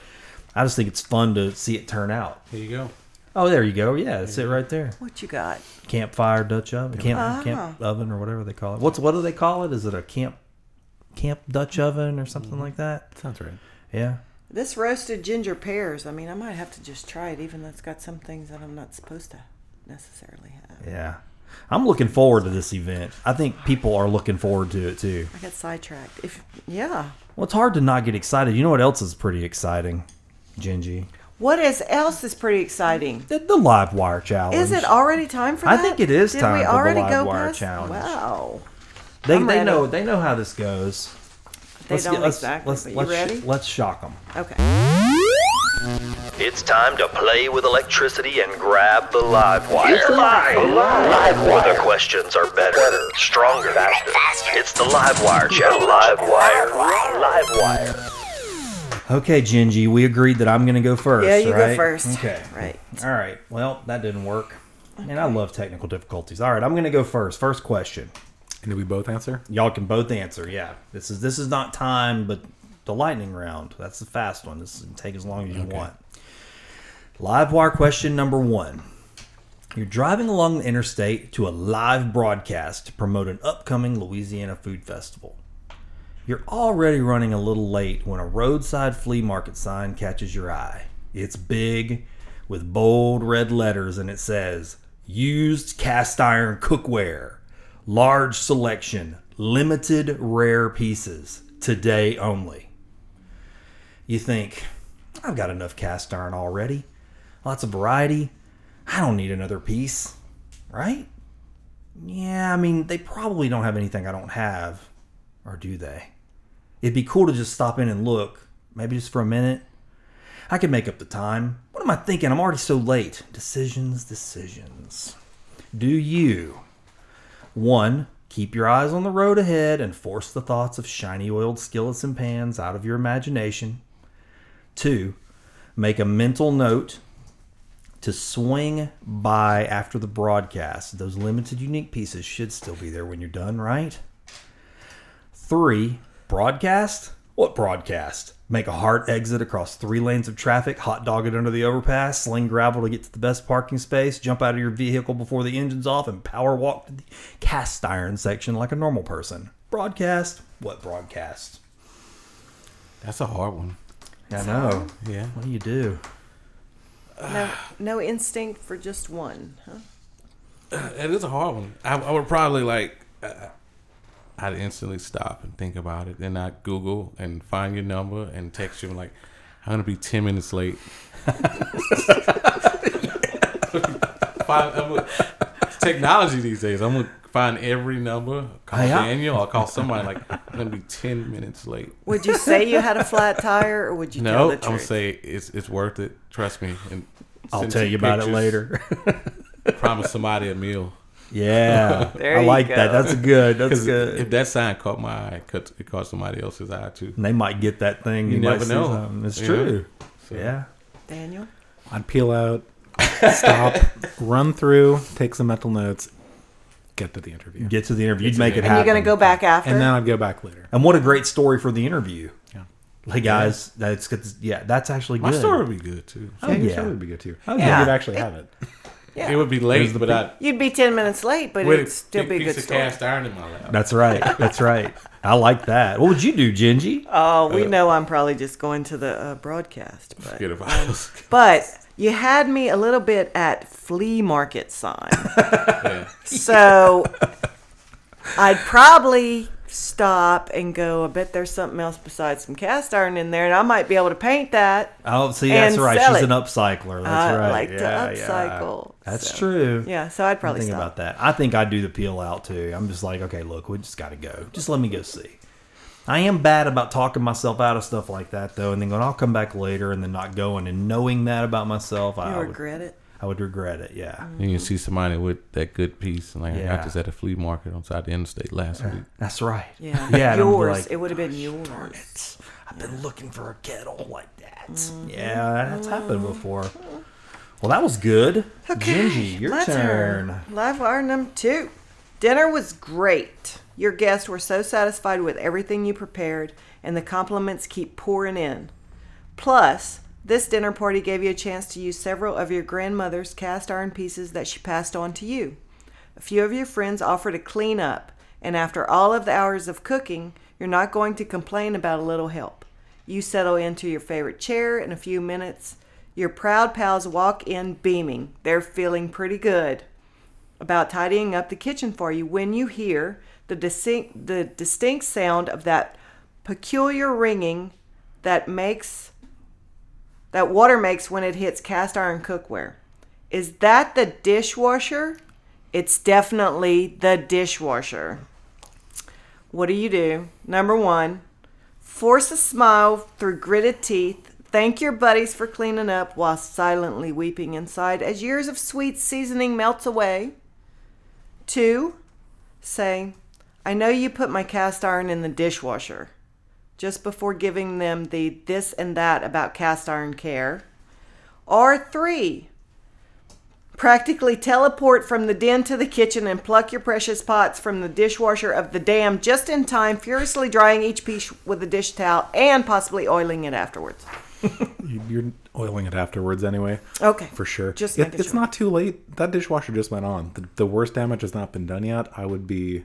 Speaker 2: I just think it's fun to see it turn out.
Speaker 5: Here you go.
Speaker 2: Oh, there you go. Yeah, that's it right there.
Speaker 3: What you got?
Speaker 2: Campfire Dutch oven, camp, camp oven, or whatever they call it. What's what do they call it? Is it a camp camp Dutch oven or something like that?
Speaker 6: Sounds right.
Speaker 2: Yeah.
Speaker 3: This roasted ginger pears. I mean, I might have to just try it, even though it's got some things that I'm not supposed to necessarily have.
Speaker 2: Yeah. I'm looking forward to this event. I think people are looking forward to it too.
Speaker 3: I got sidetracked. If yeah,
Speaker 2: Well, it's hard to not get excited. You know what else is pretty exciting, Gingy?
Speaker 3: what is else is pretty exciting.
Speaker 2: The, the Live Wire Challenge.
Speaker 3: Is it already time for
Speaker 2: I
Speaker 3: that?
Speaker 2: think it is
Speaker 3: Did
Speaker 2: time
Speaker 3: we
Speaker 2: for the
Speaker 3: already
Speaker 2: Live
Speaker 3: go
Speaker 2: Wire
Speaker 3: past?
Speaker 2: Challenge.
Speaker 3: Wow.
Speaker 2: They,
Speaker 3: I'm
Speaker 2: they
Speaker 3: ready.
Speaker 2: know they know how this goes.
Speaker 3: They
Speaker 2: let's
Speaker 3: don't
Speaker 2: get- let's,
Speaker 3: exactly.
Speaker 2: Let's,
Speaker 3: but
Speaker 2: let's,
Speaker 3: you ready?
Speaker 2: Let's shock them.
Speaker 3: Okay.
Speaker 1: It's time to play with electricity and grab the live wire. It's live. Live wire. The questions are better, stronger, faster. It's the live wire challenge. Live wire. Live wire.
Speaker 2: Okay, Gingy, we agreed that I'm going to go first.
Speaker 3: Yeah, you
Speaker 2: right?
Speaker 3: go first.
Speaker 2: Okay.
Speaker 3: Right.
Speaker 2: All right. Well, that didn't work. And I love technical difficulties. All right, I'm going to go first. First question.
Speaker 6: And did we both answer?
Speaker 2: Y'all can both answer. Yeah. This is this is not time, but the lightning round. That's the fast one. This can take as long as you want. Live wire question number one. You're driving along the interstate to a live broadcast to promote an upcoming Louisiana food festival. You're already running a little late when a roadside flea market sign catches your eye. It's big with bold red letters and it says used cast iron cookware, large selection, limited rare pieces, today only. You think, I've got enough cast iron already, lots of variety, I don't need another piece, right? Yeah, I mean, they probably don't have anything I don't have, or do they? It'd be cool to just stop in and look, maybe just for a minute. I could make up the time. What am I thinking? I'm already so late. Decisions, decisions. do you one, keep your eyes on the road ahead and force the thoughts of shiny oiled skillets and pans out of your imagination. Two, make a mental note to swing by after the broadcast. Those limited unique pieces should still be there when you're done, right? Three, broadcast? What broadcast? Make a hard exit across three lanes of traffic, hot dog it under the overpass, sling gravel to get to the best parking space, jump out of your vehicle before the engine's off, and power walk to the cast iron section like a normal person. Broadcast? What broadcast?
Speaker 5: That's a hard one.
Speaker 2: I know.
Speaker 5: Yeah.
Speaker 2: What do you do?
Speaker 3: No, no instinct for just one. Huh?
Speaker 5: It is a hard one. I, I would probably like, uh, I'd instantly stop and think about it. Then I'd Google and find your number and text you. and like, I'm going to be 10 minutes late. Find- I'm gonna- it's technology these days. I'm going to find every number, call
Speaker 2: Yeah.
Speaker 5: Daniel, I'll call somebody. Like, I'm going to be 10 minutes late.
Speaker 3: Would you say you had a flat tire, or would you tell
Speaker 5: No,
Speaker 3: the
Speaker 5: I'm
Speaker 3: truth?
Speaker 5: going to say it's, it's worth it. Trust me. And
Speaker 2: I'll
Speaker 5: send
Speaker 2: tell
Speaker 5: some
Speaker 2: you about it
Speaker 5: pictures.
Speaker 2: later.
Speaker 5: Promise somebody a meal.
Speaker 2: yeah.
Speaker 3: There
Speaker 2: I
Speaker 3: you
Speaker 2: like that.
Speaker 3: go.
Speaker 2: That's good. That's
Speaker 5: Because
Speaker 2: good.
Speaker 5: if that sign caught my eye, it caught, it caught somebody else's eye too.
Speaker 2: and they might get that thing.
Speaker 5: You
Speaker 2: might
Speaker 5: never
Speaker 2: see
Speaker 5: know.
Speaker 2: something. It's
Speaker 5: Yeah.
Speaker 2: true.
Speaker 5: So-
Speaker 2: Yeah.
Speaker 3: Daniel,
Speaker 6: I'd peel out, stop, run through, take some mental notes, get to the interview.
Speaker 2: Get to the interview. You'd
Speaker 5: to
Speaker 2: make
Speaker 5: the
Speaker 2: it
Speaker 5: interview.
Speaker 2: happen.
Speaker 3: you're gonna go back after.
Speaker 6: and then I'd go back later.
Speaker 2: And what a great story for the interview.
Speaker 6: Yeah.
Speaker 2: Hey guys, that's good. Yeah, that's actually
Speaker 5: My
Speaker 2: good.
Speaker 5: story would be good too.
Speaker 6: Oh, your
Speaker 2: yeah.
Speaker 6: show would be good too. Oh,
Speaker 3: yeah.
Speaker 6: You'd actually have it.
Speaker 3: yeah.
Speaker 5: It would be late, but I
Speaker 3: You'd be ten minutes late, but
Speaker 5: with a
Speaker 3: it'd still
Speaker 5: big
Speaker 3: be a
Speaker 5: piece
Speaker 3: good
Speaker 5: of
Speaker 3: story.
Speaker 5: cast iron in my lap.
Speaker 2: That's right. That's right. I like that. What would you do, Gingy?
Speaker 3: Oh,
Speaker 5: Uh,
Speaker 3: we know I'm probably just going to the uh, broadcast, but
Speaker 5: Forget about it.
Speaker 3: but you had me a little bit at flea market sign,
Speaker 5: Yeah.
Speaker 3: so I'd probably stop and go. I bet there's something else besides some cast iron in there, and I might be able to paint that.
Speaker 2: Oh, see, that's
Speaker 3: And
Speaker 2: right.
Speaker 3: sell
Speaker 2: She's
Speaker 3: it.
Speaker 2: an upcycler. That's
Speaker 3: I
Speaker 2: right.
Speaker 3: like to
Speaker 2: Yeah, yeah.
Speaker 3: upcycle,
Speaker 2: That's
Speaker 3: so.
Speaker 2: true.
Speaker 3: Yeah, so I'd probably
Speaker 2: Think
Speaker 3: stop.
Speaker 2: about that. I think I do the peel out too. I'm just like, okay, look, we just got to go. Just let me go see. I am bad about talking myself out of stuff like that though, and then going, I'll come back later, and then not going, and knowing that about myself, I
Speaker 3: You
Speaker 2: would,
Speaker 3: regret Mm. it.
Speaker 2: I would regret it. Yeah.
Speaker 5: And you see somebody with that good piece, and like
Speaker 2: Yeah.
Speaker 5: I just at a flea market on side the interstate last week.
Speaker 2: That's right.
Speaker 3: Yeah,
Speaker 2: Yeah. and I'm
Speaker 3: yours.
Speaker 2: like,
Speaker 3: it would have been yours.
Speaker 2: "It's- I've been looking for a kettle like that. Mm, Mm-hmm. Yeah, that's happened before. Well, that was good. Gingy, your
Speaker 3: My
Speaker 2: turn.
Speaker 3: Live wire number two. Dinner was great. Your guests were so satisfied with everything you prepared, and the compliments keep pouring in. Plus, this dinner party gave you a chance to use several of your grandmother's cast iron pieces that she passed on to you. A few of your friends offered to clean up, and after all of the hours of cooking, you're not going to complain about a little help. You settle into your favorite chair in a few minutes. Your proud pals walk in beaming. They're feeling pretty good about tidying up the kitchen for you when you hear the distinct, the distinct sound of that peculiar ringing that makes that water makes when it hits cast iron cookware. Is that the dishwasher? It's definitely the dishwasher. What do you do? Number 1, force a smile through gritted teeth. Thank your buddies for cleaning up while silently weeping inside as years of sweet seasoning melts away. Two, say, I know you put my cast iron in the dishwasher. Just before giving them the this and that about cast iron care. Or three, practically teleport from the den to the kitchen and pluck your precious pots from the dishwasher of the dam just in time, furiously drying each piece with a dish towel and possibly oiling it afterwards.
Speaker 6: You- You're oiling it afterwards anyway.
Speaker 3: Okay.
Speaker 6: For sure.
Speaker 3: Just
Speaker 6: It-
Speaker 3: making
Speaker 6: it's
Speaker 3: sure.
Speaker 6: not too late. That dishwasher just went on. The, the worst damage has not been done yet. I would be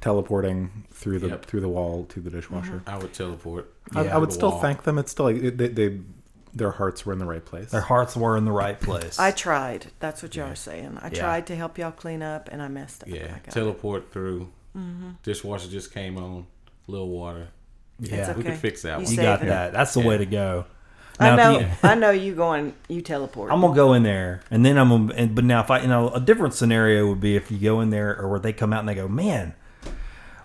Speaker 6: teleporting through the
Speaker 5: Yep.
Speaker 6: through the wall to the dishwasher.
Speaker 5: I would teleport.
Speaker 6: I, I would
Speaker 5: The
Speaker 6: still
Speaker 5: wall.
Speaker 6: thank them. It's still like it- they, they their hearts were in the right place.
Speaker 2: Their hearts were in the right place.
Speaker 3: I tried. That's what y'all are saying. I tried to help y'all clean up and I messed up.
Speaker 5: Yeah,
Speaker 3: I got it.
Speaker 5: teleport through.
Speaker 3: Mm-hmm.
Speaker 5: Dishwasher just came on. Little water.
Speaker 2: yeah.
Speaker 3: okay.
Speaker 5: We can fix that
Speaker 3: You
Speaker 5: one.
Speaker 2: You
Speaker 3: Save
Speaker 2: got
Speaker 3: it.
Speaker 2: that. That's the way to go.
Speaker 3: I
Speaker 2: Now, if
Speaker 3: know.
Speaker 2: you-
Speaker 3: I know you going. You teleport.
Speaker 2: I'm gonna go in there, and then I'm gonna. And, but now, if I, you know, a different scenario would be if you go in there, or where they come out and they go, man.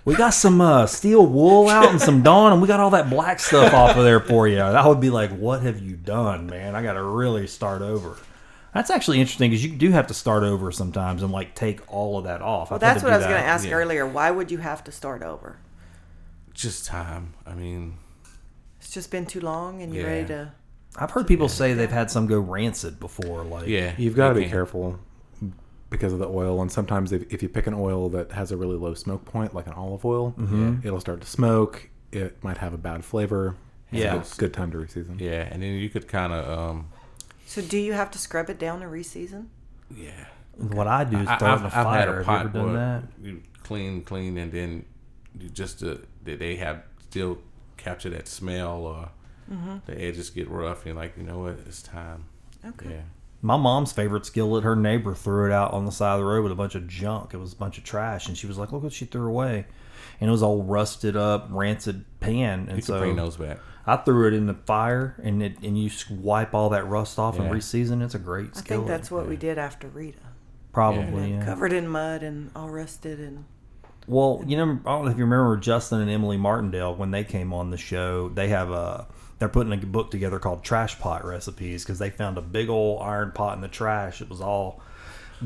Speaker 2: We got some uh, steel wool out and some dawn, and we got all that black stuff off of there for you. And I would be like, "What have you done, man? I got to really start over." That's actually interesting because you do have to start over sometimes and like take all of that off.
Speaker 3: Well, that's what I was going to
Speaker 2: to
Speaker 3: ask
Speaker 5: yeah.
Speaker 3: earlier. Why would you have to start over?
Speaker 5: Just time. I mean,
Speaker 3: It's just been too long, and you're ready
Speaker 5: Yeah.
Speaker 3: to.
Speaker 2: I've heard people say they've had some go rancid before. Like,
Speaker 5: yeah.
Speaker 6: You've got to
Speaker 5: you
Speaker 6: be
Speaker 5: can't-
Speaker 6: careful because of the oil. And sometimes if, if you pick an oil that has a really low smoke point, like an olive oil,
Speaker 5: Mm-hmm.
Speaker 6: it'll start to smoke. It might have a bad flavor. It's a
Speaker 2: Yeah.
Speaker 6: good- good time to reseason.
Speaker 5: Yeah, and then you could kind of, um,
Speaker 3: So, do you have to scrub it down to reseason?
Speaker 5: yeah.
Speaker 2: What I do is
Speaker 5: I-
Speaker 2: throw it in a fire. Have you ever done
Speaker 5: where
Speaker 2: that?
Speaker 5: You clean, clean, and then you just uh, that they have still capture that smell or the edges get rough. You're like, you know what? It's time.
Speaker 3: Okay.
Speaker 5: Yeah.
Speaker 2: My mom's favorite skillet, her neighbor threw it out on the side of the road with a bunch of junk. It was a bunch of trash, and she was like, "Look what she threw away," and it was all rusted up, rancid pan. And
Speaker 5: You
Speaker 2: so
Speaker 5: can bring those back.
Speaker 2: I threw it in the fire, and it and you s- wipe all that rust off and
Speaker 5: Yeah.
Speaker 2: reseason. It's a great
Speaker 3: I
Speaker 2: skillet.
Speaker 3: think that's what we did after Rita.
Speaker 2: probably. yeah.
Speaker 3: Covered in mud and all rusted and
Speaker 2: Well, you know, I don't know if you remember Justin and Emily Martindale when they came on the show. They have a they're putting a book together called Trash Pot Recipes because they found a big old iron pot in the trash. It was all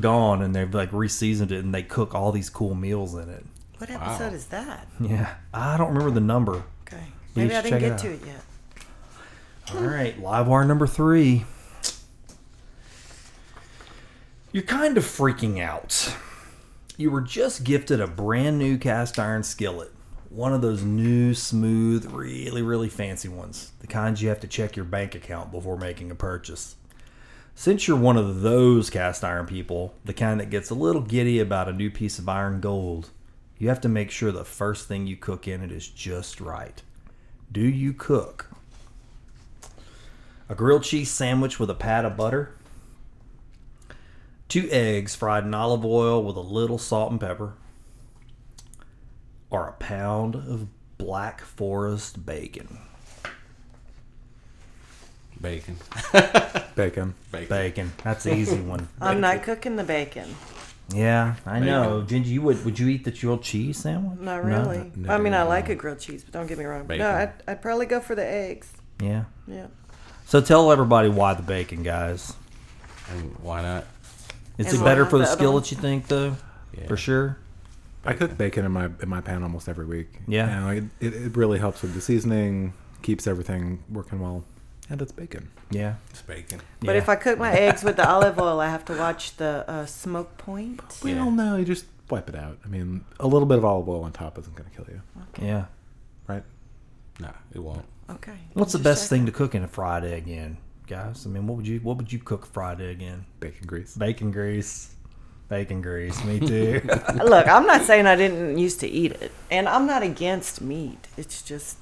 Speaker 2: gone, and they've like reseasoned it, and they cook all these cool meals in it.
Speaker 3: what episode is that?
Speaker 2: Yeah, I don't remember the number.
Speaker 3: Okay.
Speaker 2: Hmm. You
Speaker 3: Maybe
Speaker 2: should
Speaker 3: I didn't
Speaker 2: check it
Speaker 3: get
Speaker 2: out.
Speaker 3: to it yet.
Speaker 2: All right, live wire number three. You're kind of freaking out. You were just gifted a brand new cast iron skillet. One of those new, smooth, really, really fancy ones. The kinds you have to check your bank account before making a purchase. Since you're one of those cast iron people, the kind that gets a little giddy about a new piece of iron gold, you have to make sure the first thing you cook in it is just right. Do you cook a grilled cheese sandwich with a pat of butter, two eggs fried in olive oil with a little salt and pepper, or a pound of black forest bacon.
Speaker 5: Bacon.
Speaker 6: Bacon.
Speaker 5: Bacon.
Speaker 2: Bacon. That's an easy one.
Speaker 3: I'm not cooking the bacon.
Speaker 2: Yeah, I know. Ginger, you would would you eat the grilled cheese sandwich?
Speaker 3: Not
Speaker 2: No?
Speaker 3: really. I mean, I like a grilled cheese, but don't get me wrong.
Speaker 5: Bacon.
Speaker 3: No, I'd, I'd probably go for the eggs.
Speaker 2: Yeah.
Speaker 3: Yeah.
Speaker 2: So tell everybody why the bacon, guys.
Speaker 5: And why not?
Speaker 2: Is
Speaker 3: And
Speaker 2: it better
Speaker 3: why
Speaker 2: for the
Speaker 3: the other
Speaker 2: skillet?
Speaker 3: one?
Speaker 2: You think though?
Speaker 5: Yeah.
Speaker 2: For sure.
Speaker 6: I cook bacon in my in my pan almost every week.
Speaker 2: Yeah.
Speaker 6: And like, it, it really helps with the seasoning, keeps everything working well, and it's bacon.
Speaker 2: Yeah.
Speaker 5: It's bacon.
Speaker 3: But
Speaker 2: Yeah.
Speaker 3: if I cook my eggs with the olive oil, I have to watch the uh, smoke point.
Speaker 5: Yeah.
Speaker 6: Well, no, you just wipe it out. I mean, a little bit of olive oil on top isn't going to kill you,
Speaker 2: Yeah.
Speaker 6: right?
Speaker 5: Nah, it won't.
Speaker 3: Okay.
Speaker 2: What's the
Speaker 3: Just
Speaker 2: best
Speaker 3: checking.
Speaker 2: thing to cook in a fried egg in, guys? I mean, what would you what would you cook fried egg in?
Speaker 6: Bacon grease.
Speaker 2: Bacon grease. Bacon grease. Me too.
Speaker 3: Look, I'm not saying I didn't used to eat it, and I'm not against meat. It's just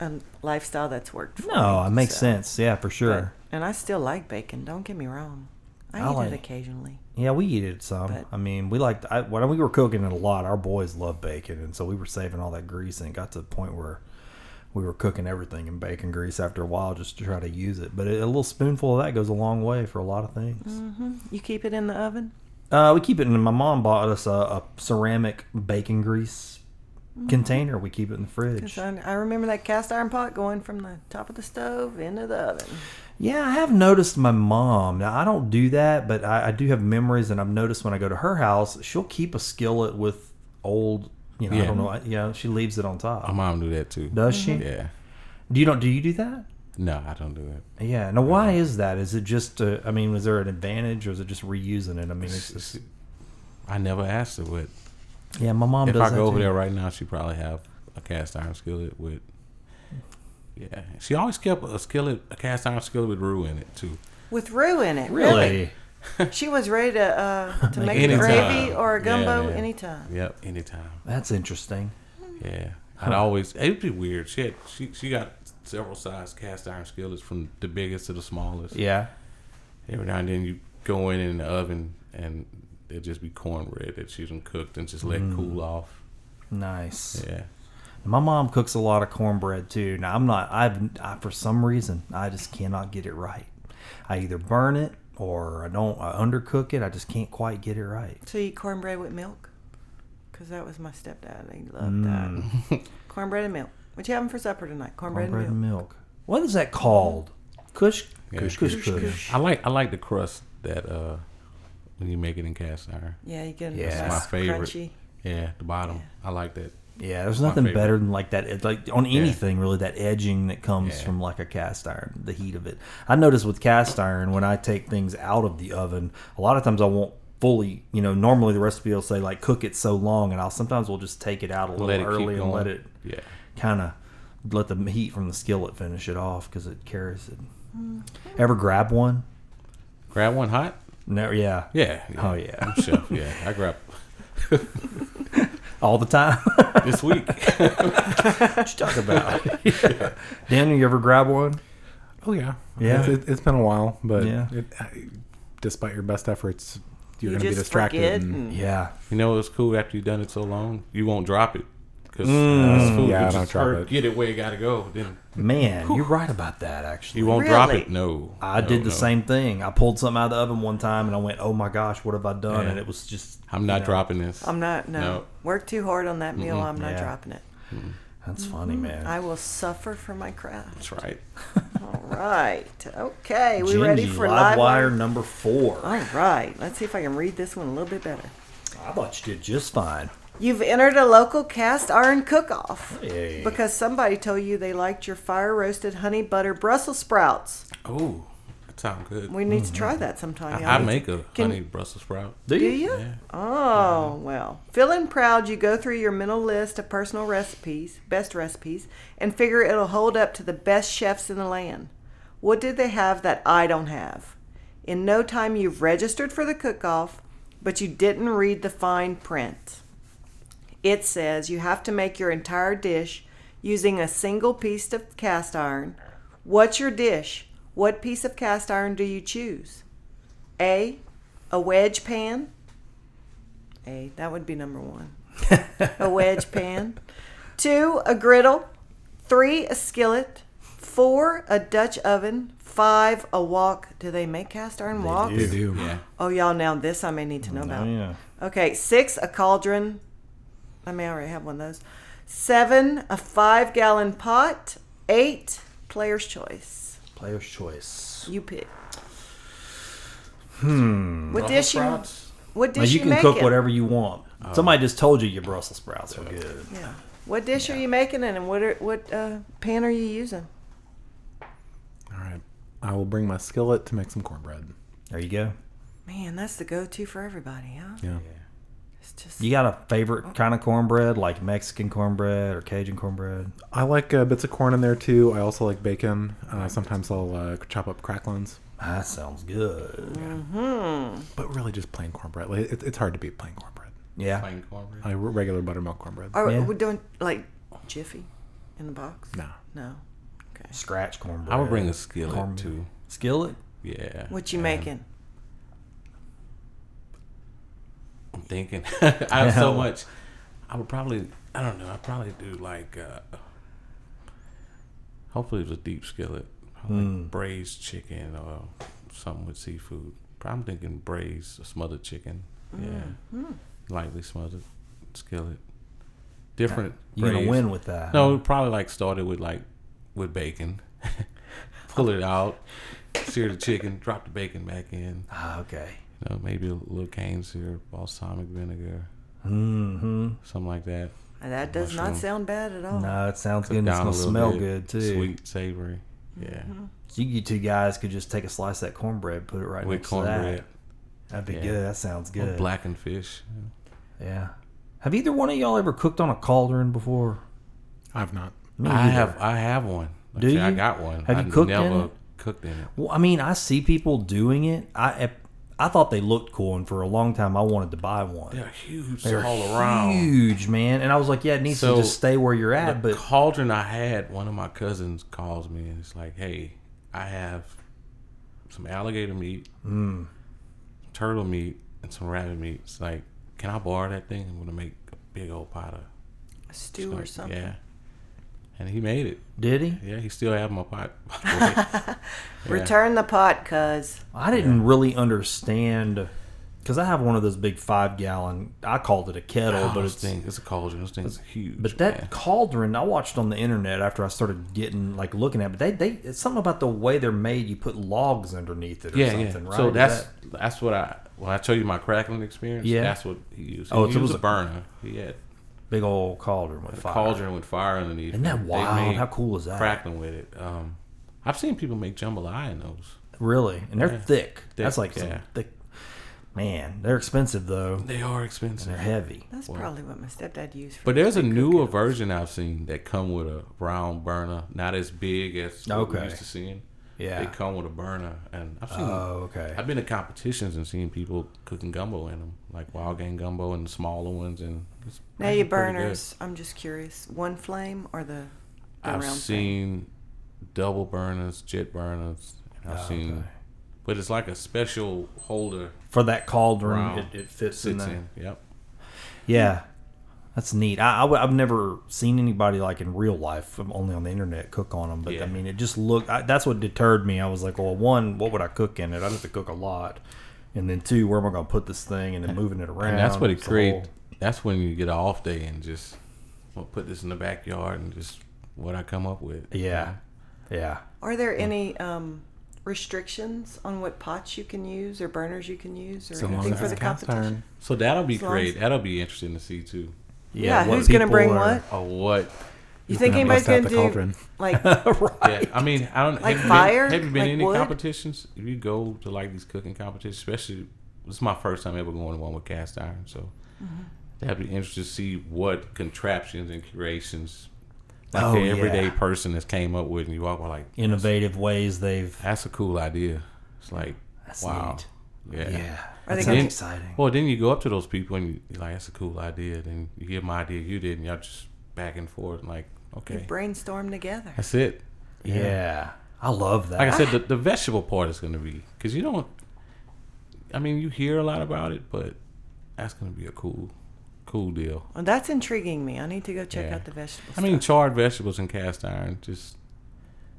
Speaker 3: a lifestyle that's worked for
Speaker 2: no,
Speaker 3: me,
Speaker 2: it makes
Speaker 3: so.
Speaker 2: sense. Yeah, for
Speaker 3: But-
Speaker 2: sure.
Speaker 3: and I still like bacon. Don't get me wrong. I,
Speaker 2: I
Speaker 3: eat
Speaker 2: like-
Speaker 3: it occasionally.
Speaker 2: yeah, we eat it some.
Speaker 3: But-
Speaker 2: I mean, we liked I, when we were cooking it a lot. Our boys love bacon, and so we were saving all that grease, and it got to the point where we were cooking everything in bacon grease after a while just to try to use it. But a little spoonful of that goes a long way for a lot of things.
Speaker 3: You keep it in the oven.
Speaker 2: Uh, we keep it in. My mom bought us a, a ceramic bacon grease container. We keep it in the fridge.
Speaker 3: 'Cause I, I remember that cast iron pot going from the top of the stove into the oven.
Speaker 2: Yeah, I have noticed my mom. Now I don't do that, but I, I do have memories, and I've noticed when I go to her house, she'll keep a skillet with old. You know, I
Speaker 5: Yeah.
Speaker 2: don't know. I- You know, she leaves it on top.
Speaker 5: My mom do that too.
Speaker 2: Does she?
Speaker 5: Yeah.
Speaker 2: Do you don't? Do you do that?
Speaker 5: No, I don't do it.
Speaker 2: Yeah. Now, why is that? Is it just? uh, I mean, was there an advantage, or is it just reusing it? I mean, it's just,
Speaker 5: I never asked her what.
Speaker 2: yeah. My mom
Speaker 5: If
Speaker 2: does.
Speaker 5: I
Speaker 2: that
Speaker 5: go over
Speaker 2: too.
Speaker 5: there right now, she probably have a cast iron skillet with. Yeah, she always kept a skillet, a cast iron skillet with roux in it too.
Speaker 3: With roux in it.
Speaker 2: really?
Speaker 3: She was ready to uh, to make
Speaker 5: Anytime.
Speaker 3: gravy or a
Speaker 5: Yeah,
Speaker 3: gumbo
Speaker 5: man.
Speaker 3: anytime.
Speaker 5: Yep, anytime.
Speaker 2: That's interesting.
Speaker 5: Yeah, I'd always. It'd be weird. She had, she she got several size cast iron skillets from the biggest to the smallest.
Speaker 2: Yeah.
Speaker 5: Every now and then you go in in the oven and it'd just be cornbread that she's done cooked and just
Speaker 2: Mm.
Speaker 5: let cool off.
Speaker 2: Nice.
Speaker 5: Yeah.
Speaker 2: My mom cooks a lot of cornbread too. Now I'm not. I've I, for some reason I just cannot get it right. I either burn it or I don't. I undercook it. I just can't quite get it right.
Speaker 3: So you eat cornbread with milk? Because that was my stepdad. He loved that. cornbread and milk. What you having for supper tonight? Cornbread,
Speaker 2: Cornbread
Speaker 3: and
Speaker 2: and
Speaker 3: milk.
Speaker 2: milk. What is that called? Kush. Kush, kush, kush.
Speaker 5: I like I like the crust that uh, when you make it in cast iron.
Speaker 3: Yeah, you get a
Speaker 2: Yeah.
Speaker 3: nice
Speaker 5: My favorite.
Speaker 3: crunchy.
Speaker 5: Yeah, the bottom. I like that.
Speaker 2: Yeah, there's
Speaker 5: my
Speaker 2: nothing
Speaker 5: favorite.
Speaker 2: better than like that. It's like on anything really, that edging that comes
Speaker 5: Yeah.
Speaker 2: from like a cast iron, the heat of it. I notice with cast iron when I take things out of the oven, a lot of times I won't fully. You know, normally the recipe will say like cook it so long, and I'll sometimes we'll just take it out a little
Speaker 5: Let it keep
Speaker 2: early and
Speaker 5: going.
Speaker 2: let it
Speaker 5: Yeah.
Speaker 2: kind of let the heat from the skillet finish it off because it carries it. Ever grab one?
Speaker 5: Grab one hot.
Speaker 2: No, yeah,
Speaker 5: Yeah.
Speaker 2: Oh, yeah.
Speaker 5: I'm chef. Yeah, I grab
Speaker 2: all the time.
Speaker 5: this week.
Speaker 2: Talk about Daniel. You ever grab one?
Speaker 6: Oh yeah,
Speaker 2: Yeah.
Speaker 6: It's, it's been a while, but
Speaker 2: Yeah.
Speaker 6: it, I, despite your best efforts, you're
Speaker 3: You
Speaker 6: going to be
Speaker 3: just
Speaker 6: distracted.
Speaker 3: forget
Speaker 6: and-
Speaker 3: and-
Speaker 2: Yeah,
Speaker 5: You know what's cool? After you've done it so long, you won't drop it. Cause that's food.
Speaker 6: yeah,
Speaker 5: You
Speaker 6: I don't
Speaker 5: just
Speaker 6: drop
Speaker 5: heard,
Speaker 6: it.
Speaker 5: Get it where you gotta go. Then
Speaker 2: man, you're right about that. Actually,
Speaker 5: you won't drop
Speaker 3: Really?
Speaker 5: it. No,
Speaker 2: I
Speaker 5: No,
Speaker 2: did the
Speaker 5: no.
Speaker 2: same thing. I pulled something out of the oven one time, and I went, "Oh my gosh, what have I done?"
Speaker 5: Yeah.
Speaker 2: And it was just
Speaker 5: I'm not
Speaker 2: you know,
Speaker 5: dropping this.
Speaker 3: I'm not no.
Speaker 5: No.
Speaker 3: Work too hard on that meal. I'm not
Speaker 2: Yeah.
Speaker 3: dropping it.
Speaker 2: That's
Speaker 5: Mm-hmm.
Speaker 2: funny, man.
Speaker 3: I will suffer for my craft.
Speaker 5: That's right.
Speaker 3: All right. Okay. We ready
Speaker 2: Gingy
Speaker 3: for
Speaker 2: live
Speaker 3: live
Speaker 2: wire
Speaker 3: wire?
Speaker 2: number four?
Speaker 3: All right. Let's see if I can read this one a little bit better.
Speaker 2: I thought you did just fine.
Speaker 3: You've entered a local cast iron cook-off
Speaker 2: Hey.
Speaker 3: because somebody told you they liked your fire roasted honey butter Brussels sprouts.
Speaker 5: Oh, that sounds good.
Speaker 3: We need to try that sometime.
Speaker 5: I,
Speaker 3: y'all.
Speaker 5: I make a
Speaker 3: Can-
Speaker 5: honey Brussels sprout.
Speaker 2: Do
Speaker 3: Do
Speaker 2: you?
Speaker 3: you?
Speaker 5: Yeah.
Speaker 3: Oh, well. Feeling proud, you go through your mental list of personal recipes, best recipes, and figure it'll hold up to the best chefs in the land. What did they have that I don't have? In no time, you've registered for the cook off, but you didn't read the fine print. It says you have to make your entire dish using a single piece of cast iron. What's your dish? What piece of cast iron do you choose? A. A wedge pan. A. That would be number one. a wedge pan. Two. A griddle. Three. A skillet. Four. A Dutch oven. Five. A wok. Do they make cast iron woks?
Speaker 6: They do. Oh,
Speaker 5: Yeah.
Speaker 3: Oh, y'all, now this I may need to know about.
Speaker 2: Oh, yeah.
Speaker 3: Okay, six, a cauldron. I may already have one of those. Seven, a five gallon pot. Eight, player's choice.
Speaker 2: Player's choice.
Speaker 3: You pick. Hmm. What dish you,
Speaker 5: Sprouts?
Speaker 3: what
Speaker 2: Now
Speaker 3: dish
Speaker 2: you
Speaker 3: you,
Speaker 2: can
Speaker 3: making?
Speaker 2: cook whatever you want.
Speaker 5: Oh.
Speaker 2: Somebody just told you your Brussels sprouts are good.
Speaker 3: Yeah. What dish are you making and what are, what uh, pan are you using?
Speaker 6: All right, I will bring my skillet to make some cornbread.
Speaker 2: There you go.
Speaker 3: Man, that's the go-to for everybody, huh?
Speaker 6: Yeah.
Speaker 3: It's just
Speaker 2: You got a favorite kind of cornbread, like Mexican cornbread or Cajun cornbread?
Speaker 6: I like uh, bits of corn in there too. I also like bacon. Uh, sometimes I'll uh, chop up cracklins,
Speaker 2: That sounds good.
Speaker 6: but really just plain cornbread. Like, it, it's hard to beat plain cornbread.
Speaker 2: Yeah.
Speaker 5: Plain cornbread.
Speaker 6: Like re- regular buttermilk cornbread.
Speaker 3: Are
Speaker 2: Yeah.
Speaker 3: we doing like Jiffy in the box?
Speaker 6: no.
Speaker 3: No.
Speaker 2: Scratch cornbread.
Speaker 5: I would bring a skillet
Speaker 2: Corn-
Speaker 5: too.
Speaker 2: skillet.
Speaker 5: Yeah.
Speaker 3: What you
Speaker 5: And
Speaker 3: making?
Speaker 5: I'm thinking. I have so
Speaker 2: Yeah.
Speaker 5: much. I would probably. I don't know. I would probably do like. uh Hopefully, it was a deep skillet. Probably
Speaker 2: Hmm.
Speaker 5: braised chicken or something with seafood. But I'm thinking braised smothered chicken. Yeah. Lightly smothered skillet. Different.
Speaker 2: You're gonna
Speaker 5: braised-
Speaker 2: win with that.
Speaker 5: No, it probably like started with like with bacon. Pull it out, sear the chicken, drop the bacon back in.
Speaker 2: Ah, okay.
Speaker 5: You know, Uh, maybe a little cane syrup, balsamic vinegar,
Speaker 2: Mm-hmm.
Speaker 5: something like that.
Speaker 3: That does not
Speaker 5: Mushroom.
Speaker 3: sound bad at all.
Speaker 2: No, it sounds
Speaker 5: Cook
Speaker 2: good. and It's
Speaker 5: down a
Speaker 2: gonna
Speaker 5: little
Speaker 2: smell
Speaker 5: bit,
Speaker 2: good too.
Speaker 5: Sweet, savory. Yeah,
Speaker 2: So you two guys could just take a slice of that cornbread, put it right
Speaker 5: with
Speaker 2: next to
Speaker 5: cornbread,
Speaker 2: that. That'd be
Speaker 5: Yeah.
Speaker 2: good. That sounds
Speaker 5: or
Speaker 2: good.
Speaker 5: blackened fish.
Speaker 2: Yeah. Have either one of y'all ever cooked on a cauldron before?
Speaker 6: I've not.
Speaker 2: Me
Speaker 5: I
Speaker 2: either.
Speaker 5: have, I have one.
Speaker 2: Oh, Do
Speaker 5: Actually, I
Speaker 2: you?
Speaker 5: got one.
Speaker 2: Have
Speaker 5: I
Speaker 2: you cooked in
Speaker 5: never
Speaker 2: it?
Speaker 5: cooked in it.
Speaker 2: Well, I mean, I see people doing it. I I thought they looked cool, and for a long time, I wanted to buy one.
Speaker 5: They're huge
Speaker 2: They're
Speaker 5: all around.
Speaker 2: huge, man. And I was like, yeah, it needs
Speaker 5: So,
Speaker 2: to just stay where you're at.
Speaker 5: the
Speaker 2: But
Speaker 5: cauldron I had, one of my cousins calls me and it's like, "Hey, I have some alligator meat,
Speaker 2: Mm.
Speaker 5: turtle meat, and some rabbit meat. It's like, can I borrow that thing? I'm gonna make a big old pot of
Speaker 3: A stew or
Speaker 5: like,
Speaker 3: something.
Speaker 5: Yeah, and he made it.
Speaker 2: did he?
Speaker 5: Yeah, he still have my pot. by the way.
Speaker 3: Return the pot, cuz.
Speaker 2: I didn't really understand because I have one of those big five gallon. I called it a kettle,
Speaker 5: Oh,
Speaker 2: but
Speaker 5: this
Speaker 2: it's
Speaker 5: thing, it's a cauldron. This thing's huge.
Speaker 2: But that
Speaker 5: man.
Speaker 2: cauldron, I watched on the internet after I started getting like looking at. It, but they they it's something about the way they're made. You put logs underneath it or
Speaker 5: yeah, yeah.
Speaker 2: something, right?
Speaker 5: So
Speaker 2: Is
Speaker 5: that's
Speaker 2: that-
Speaker 5: that's what I when I tell you my crackling experience.
Speaker 2: Yeah.
Speaker 5: that's what he used.
Speaker 2: Oh,
Speaker 5: he
Speaker 2: so it
Speaker 5: used
Speaker 2: was
Speaker 5: a
Speaker 2: a-
Speaker 5: burner. He had
Speaker 2: big old cauldron with fire.
Speaker 5: cauldron with fire underneath.
Speaker 2: Isn't that
Speaker 5: They
Speaker 2: wild?
Speaker 5: made
Speaker 2: How cool is that?
Speaker 5: Crackling with it. Um, I've seen people make jambalaya in those.
Speaker 2: Really, and they're thick. That's like some
Speaker 5: yeah.
Speaker 2: thick. Man, they're expensive though.
Speaker 5: They are expensive.
Speaker 2: They're heavy.
Speaker 3: That's probably what my stepdad used. For
Speaker 5: But there's a newer version I've seen that come with a round burner, not as big as what we
Speaker 2: Okay.
Speaker 5: used to seeing.
Speaker 2: Yeah.
Speaker 5: They come with a burner, and I've seen.
Speaker 2: Oh, okay.
Speaker 5: I've been to competitions and seen people cooking gumbo in them, like wild game gumbo and smaller ones, and it's
Speaker 3: now your
Speaker 5: pretty good.
Speaker 3: burners. I'm just curious. One flame or the, the
Speaker 5: I've
Speaker 3: round
Speaker 5: seen double burners, jet burners. and
Speaker 2: Oh,
Speaker 5: I've seen, but it's like a special holder
Speaker 2: For that cauldron,
Speaker 5: Wow.
Speaker 2: it, it fits in
Speaker 5: sits
Speaker 2: there.
Speaker 5: in. Yep.
Speaker 2: Yeah, that's neat. I, I have never seen anybody like in real life, I'm only on the internet, cook on them. But
Speaker 5: Yeah.
Speaker 2: I mean, it just looked. I, that's what deterred me. I was like, well, one, what would I cook in it? I'd have to cook a lot, and then two, where am I going to put this thing and then moving it around?
Speaker 5: And that's what it
Speaker 2: It's a whole-
Speaker 5: creates. That's when you get an off day and just well, put this in the backyard and just what I come up with.
Speaker 2: Yeah, yeah.
Speaker 3: Are there any um, restrictions on what pots you can use or burners you can use or
Speaker 6: So long
Speaker 3: anything
Speaker 6: as
Speaker 3: for
Speaker 6: it's
Speaker 3: the
Speaker 6: cast
Speaker 3: competition?
Speaker 6: iron.
Speaker 5: So that'll be
Speaker 3: As long
Speaker 5: great.
Speaker 3: as-
Speaker 5: That'll be interesting to see too.
Speaker 3: Yeah,
Speaker 2: what
Speaker 3: who's gonna
Speaker 2: people
Speaker 3: bring
Speaker 2: are-
Speaker 5: Or what?
Speaker 3: You think
Speaker 6: gonna
Speaker 3: anybody's
Speaker 6: bust out
Speaker 3: going
Speaker 6: the
Speaker 3: to do
Speaker 6: cauldron.
Speaker 3: like
Speaker 5: Yeah, I mean, I don't
Speaker 3: Like
Speaker 5: have you
Speaker 3: fire?
Speaker 5: Been, have you been
Speaker 3: Like
Speaker 5: in any
Speaker 3: wood?
Speaker 5: competitions? If you go to like these cooking competitions, especially this is my first time ever going to one with cast iron, so
Speaker 3: Mm-hmm.
Speaker 5: that'd be interesting to see what contraptions and creations like
Speaker 2: Oh,
Speaker 5: the everyday
Speaker 2: yeah.
Speaker 5: person has came up with, and you walk by like
Speaker 2: Innovative ways they've.
Speaker 5: that's a cool idea. It's like
Speaker 2: That's
Speaker 5: wow,
Speaker 2: neat.
Speaker 5: yeah.
Speaker 2: Yeah,
Speaker 3: Are they
Speaker 2: that's
Speaker 3: gonna-
Speaker 2: sounds exciting.
Speaker 5: Well, then you go up to those people and you- you're like, that's a cool idea. Then you give them an idea you did, and y'all just back and forth, like okay,
Speaker 3: brainstorm together?
Speaker 5: that's it.
Speaker 2: Yeah. I love that.
Speaker 5: like I said, the, the vegetable part is going to be because you don't. I mean, you hear a lot about it, but that's going to be a cool, cool deal.
Speaker 3: Well, that's intriguing me. I need to go check
Speaker 5: Yeah.
Speaker 3: out the vegetables.
Speaker 5: I mean, charred vegetables and cast iron. Just,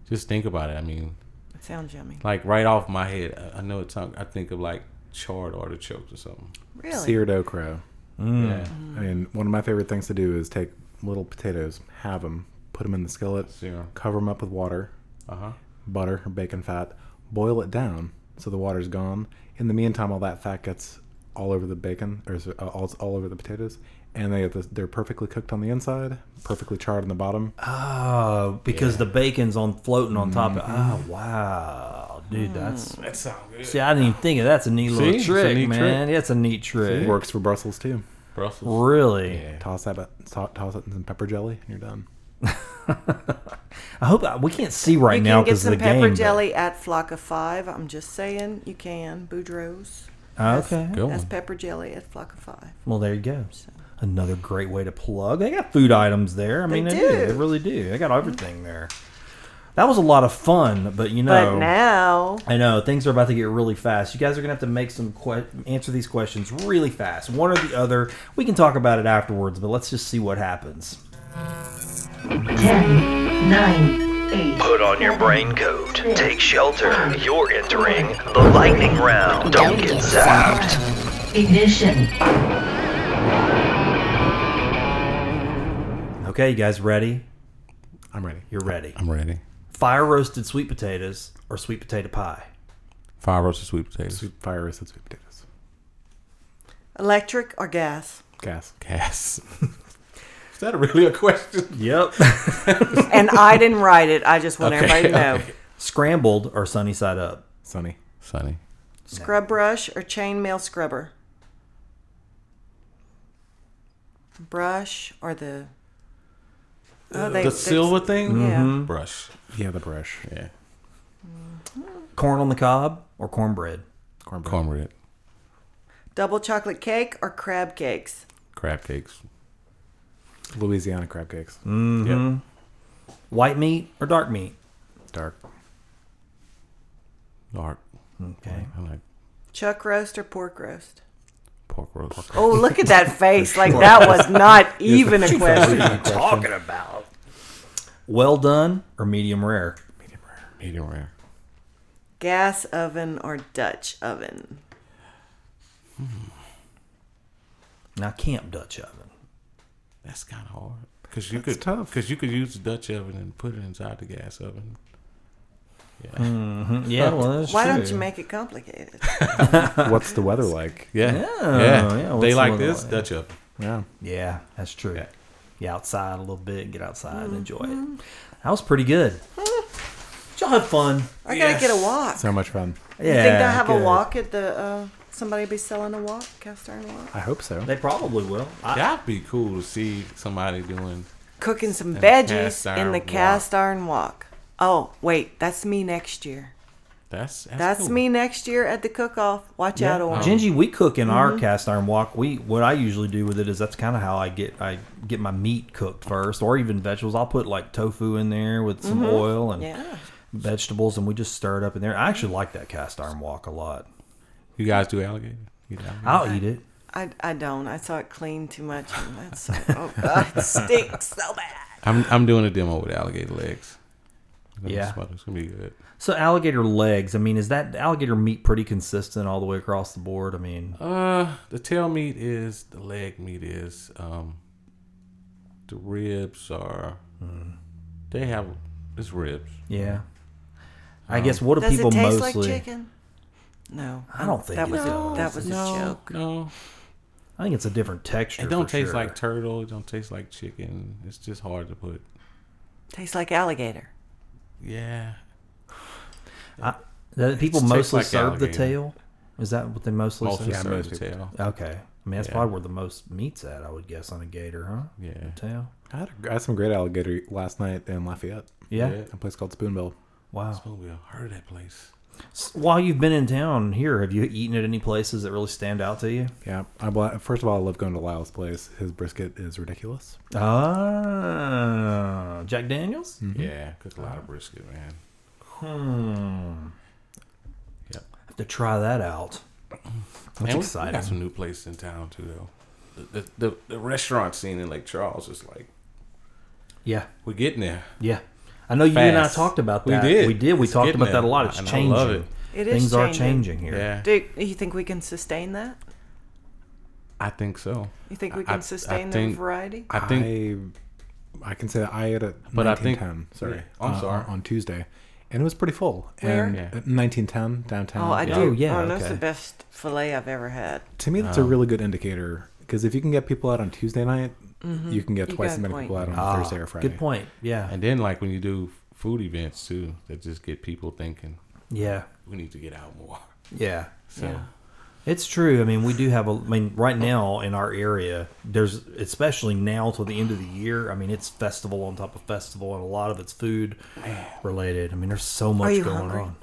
Speaker 5: just think about it. I mean,
Speaker 3: it sounds yummy.
Speaker 5: like right off my head, I- I know it's. not- I think of like charred artichokes or something.
Speaker 3: Really? Mm.
Speaker 6: Seared okra.
Speaker 5: Yeah,
Speaker 6: I mean, one of my favorite things to do is take little potatoes, have them, put them in the skillet,
Speaker 5: Zero.
Speaker 6: cover them up with water,
Speaker 5: Uh huh.
Speaker 6: butter or bacon fat, boil it down so the water's gone. In the meantime, all that fat gets all over the bacon or is it all, all over the potatoes, and they they're perfectly cooked on the inside, perfectly charred on the bottom.
Speaker 2: oh, because the bacon's on floating on top. Of, oh wow, dude, that's
Speaker 5: Mm-hmm. Mm. That sounds good.
Speaker 2: See, I didn't even think of that's a neat
Speaker 5: See?
Speaker 2: little
Speaker 5: It's a
Speaker 2: trick,
Speaker 5: neat
Speaker 2: man. That's a neat trick.
Speaker 6: It works for Brussels too.
Speaker 5: Brussels.
Speaker 2: Really,
Speaker 5: Yeah.
Speaker 6: Toss that, to- toss it in some pepper jelly, and you're done.
Speaker 2: I hope uh, we can't see right
Speaker 3: you
Speaker 2: now
Speaker 3: can get
Speaker 2: because of
Speaker 3: some
Speaker 2: the
Speaker 3: pepper
Speaker 2: game. but-
Speaker 3: jelly at Flock of Five. I'm just saying, you can. Boudreaux's.
Speaker 2: Oh, okay.
Speaker 5: Go
Speaker 3: That's
Speaker 5: on.
Speaker 3: pepper jelly at Flock of Five.
Speaker 2: Well, there you go. Another great way to plug. They got food items there. I mean, they, do.
Speaker 3: do.
Speaker 2: They really do. They got everything there. That was a lot of fun, but you know,
Speaker 3: But now,
Speaker 2: I know things are about to get really fast. You guys are gonna have to make some que- answer these questions really fast, one or the other. We can talk about it afterwards, but let's just see what happens.
Speaker 7: 10, 9, 8,
Speaker 1: Put on your brain coat. Take shelter. You're entering the lightning round. Don't get zapped.
Speaker 7: ignition.
Speaker 2: Okay, you guys ready?
Speaker 6: I'm ready.
Speaker 2: You're ready.
Speaker 5: I'm ready.
Speaker 2: Fire roasted sweet potatoes or sweet potato pie?
Speaker 5: Five roasted sweet potatoes.
Speaker 6: Sweet fire roasted sweet potatoes.
Speaker 3: electric or gas?
Speaker 6: Gas.
Speaker 5: Gas. Is that really a question?
Speaker 2: Yep.
Speaker 3: and I didn't write it. I just want
Speaker 5: Okay,
Speaker 3: everybody to know.
Speaker 5: okay.
Speaker 2: Scrambled or sunny side up?
Speaker 6: Sunny.
Speaker 5: Sunny.
Speaker 3: Scrub brush or chainmail scrubber? Brush or the. Oh, they,
Speaker 5: The
Speaker 3: they-
Speaker 5: silver Mm-hmm. thing.
Speaker 3: Yeah.
Speaker 5: Brush.
Speaker 6: Yeah, the brush.
Speaker 5: Yeah.
Speaker 2: Corn on the cob or cornbread?
Speaker 6: Cornbread.
Speaker 5: Cornbread.
Speaker 3: Double chocolate cake or crab cakes?
Speaker 5: crab cakes.
Speaker 6: Louisiana crab cakes.
Speaker 5: Mm. Yep.
Speaker 2: White meat or dark meat?
Speaker 6: Dark.
Speaker 5: Dark.
Speaker 2: Okay.
Speaker 5: I like
Speaker 3: Chuck roast or pork roast?
Speaker 5: pork roast.
Speaker 3: Oh, look at that face. Like, that was not even a question.
Speaker 2: Talking about. Well done or medium rare?
Speaker 5: Medium rare.
Speaker 3: Gas oven or Dutch oven?
Speaker 2: Now, camp Dutch oven.
Speaker 5: That's kind of hard because you
Speaker 6: That's
Speaker 5: could
Speaker 6: tough.
Speaker 5: because you could use the Dutch oven and put it inside the gas oven. Yeah,
Speaker 2: Yeah, well, that's
Speaker 3: Why
Speaker 2: true.
Speaker 3: don't you make it complicated?
Speaker 6: What's the weather like?
Speaker 5: yeah,
Speaker 2: Yeah,
Speaker 5: yeah.
Speaker 2: yeah, what's
Speaker 5: They
Speaker 2: the
Speaker 5: like
Speaker 2: weather
Speaker 5: this
Speaker 2: like?
Speaker 5: Dutch oven.
Speaker 6: Yeah.
Speaker 2: Yeah, that's true.
Speaker 5: Yeah.
Speaker 2: Get outside a little bit, get outside, and enjoy
Speaker 3: Mm-hmm.
Speaker 2: it. That was pretty good. Y'all have fun.
Speaker 3: I gotta get a walk.
Speaker 6: So much fun.
Speaker 2: Yeah,
Speaker 3: you think they'll have
Speaker 2: good.
Speaker 3: a walk at the? Uh, somebody be selling a walk, cast iron walk,
Speaker 6: I hope so.
Speaker 2: They probably will. I,
Speaker 5: That'd be cool to see somebody doing.
Speaker 3: cooking some
Speaker 5: a
Speaker 3: veggies
Speaker 5: cast iron
Speaker 3: in the
Speaker 5: wok.
Speaker 3: cast iron walk. Oh wait, that's me next year.
Speaker 5: That's that's,
Speaker 3: That's
Speaker 5: cool. Oh.
Speaker 3: me next year at the cook off. Watch out, Orange.
Speaker 2: Gingy, we cook in our cast iron wok. We what I usually do with it is that's kind of how I get I get my meat cooked first, or even vegetables. I'll put like tofu in there with some oil and
Speaker 3: Mm-hmm. Yeah.
Speaker 2: vegetables, and we just stir it up in there. I actually like that cast iron wok a lot.
Speaker 5: You guys do alligator? You do alligator?
Speaker 2: I'll eat it.
Speaker 3: I, I don't. I saw it clean too much. And that's oh god, it stinks so bad.
Speaker 5: I'm I'm doing a demo with alligator legs. It's gonna
Speaker 2: Yeah.
Speaker 5: smell- it's gonna be good.
Speaker 2: So alligator legs. I mean, is that alligator meat pretty consistent all the way across the board? I mean,
Speaker 5: Uh, the tail meat is the leg meat is um. The ribs are.
Speaker 2: Hmm.
Speaker 5: They have it's ribs.
Speaker 2: yeah. I guess what do
Speaker 3: Does
Speaker 2: people
Speaker 3: it taste
Speaker 2: mostly?
Speaker 3: like chicken? No,
Speaker 2: I don't think
Speaker 3: that
Speaker 2: it
Speaker 3: was
Speaker 2: does.
Speaker 3: A, that was
Speaker 5: no,
Speaker 3: a joke.
Speaker 5: No,
Speaker 2: I think it's a different texture.
Speaker 5: it don't
Speaker 2: for
Speaker 5: taste
Speaker 2: sure.
Speaker 5: like turtle. It don't taste like chicken. It's just hard to put.
Speaker 3: Tastes like alligator.
Speaker 5: Yeah,
Speaker 2: That people
Speaker 5: tastes
Speaker 2: mostly
Speaker 5: like
Speaker 2: serve the
Speaker 5: alligator.
Speaker 2: tail. Is that what they mostly serve?
Speaker 5: mostly serve the
Speaker 6: most people-
Speaker 5: tail.
Speaker 2: Okay. I mean, that's
Speaker 5: Yeah.
Speaker 2: probably where the most meat's at, I would guess, on a gator, huh?
Speaker 5: Yeah.
Speaker 2: The tail.
Speaker 6: I had, a, I had some great alligator last night in Lafayette.
Speaker 2: Yeah.
Speaker 5: Yeah.
Speaker 6: A place called Spoonbill.
Speaker 2: Wow.
Speaker 5: Oh, we heard of that place.
Speaker 2: S- While you've been in town here, have you eaten at any places that really stand out to you?
Speaker 6: Yeah. I, bla- first of all, I love going to Lyle's place. His brisket is ridiculous.
Speaker 2: Ah, Jack Daniels.
Speaker 5: Hmm. Yeah, cook a lot of brisket, man. Hmm. Yep.
Speaker 2: Have to try that out. That's
Speaker 5: Man, we- We
Speaker 2: exciting.
Speaker 5: got some new places in town too, though. The, the, the, the restaurant scene in Lake Charles is like
Speaker 2: Yeah,
Speaker 5: we're getting there.
Speaker 2: yeah. I know you and I
Speaker 5: Fast.
Speaker 2: talked about
Speaker 5: We
Speaker 2: that.
Speaker 5: did.
Speaker 2: We did. We
Speaker 5: It's
Speaker 2: talked
Speaker 5: getting
Speaker 2: about that a
Speaker 5: there.
Speaker 2: lot. It's
Speaker 5: And I
Speaker 2: changing.
Speaker 5: love it.
Speaker 3: It is
Speaker 2: Things are
Speaker 3: changing.
Speaker 2: changing here.
Speaker 5: Yeah,
Speaker 3: Do you think we can sustain that?
Speaker 5: I think so.
Speaker 3: You think we
Speaker 5: I- I- I
Speaker 3: can sustain
Speaker 5: think-
Speaker 3: the variety?
Speaker 5: I think
Speaker 6: I, I can say that I ate at
Speaker 5: But I think-
Speaker 6: 1910. sorry,
Speaker 5: yeah,
Speaker 3: Oh,
Speaker 5: I'm
Speaker 6: uh,
Speaker 5: sorry.
Speaker 6: on Tuesday, and it was pretty full.
Speaker 3: Where?
Speaker 6: And
Speaker 5: Yeah.
Speaker 6: at 1910 downtown.
Speaker 3: Oh, I
Speaker 2: yeah.
Speaker 3: do.
Speaker 2: Oh, yeah,
Speaker 3: Oh, that's
Speaker 2: okay.
Speaker 3: the best fillet I've ever had.
Speaker 6: to me, that's
Speaker 5: Oh.
Speaker 6: a really good indicator because if you can get people out on Tuesday night, you can get
Speaker 3: Mm-hmm. You
Speaker 6: twice
Speaker 3: got
Speaker 6: as
Speaker 3: a
Speaker 6: many
Speaker 3: point.
Speaker 6: people out on
Speaker 2: Ah,
Speaker 6: Thursday or Friday.
Speaker 2: Good point. Yeah,
Speaker 5: And then like when you do food events too, that just get people thinking
Speaker 2: yeah,
Speaker 5: we need to get out more.
Speaker 2: yeah.
Speaker 5: So
Speaker 2: It's true. I mean, we do have a. I mean, right now in our area, there's especially now till the end of the year. I mean, it's festival on top of festival, and a lot of it's food related. I mean, there's so much
Speaker 3: you
Speaker 2: going
Speaker 3: hungry?
Speaker 2: on.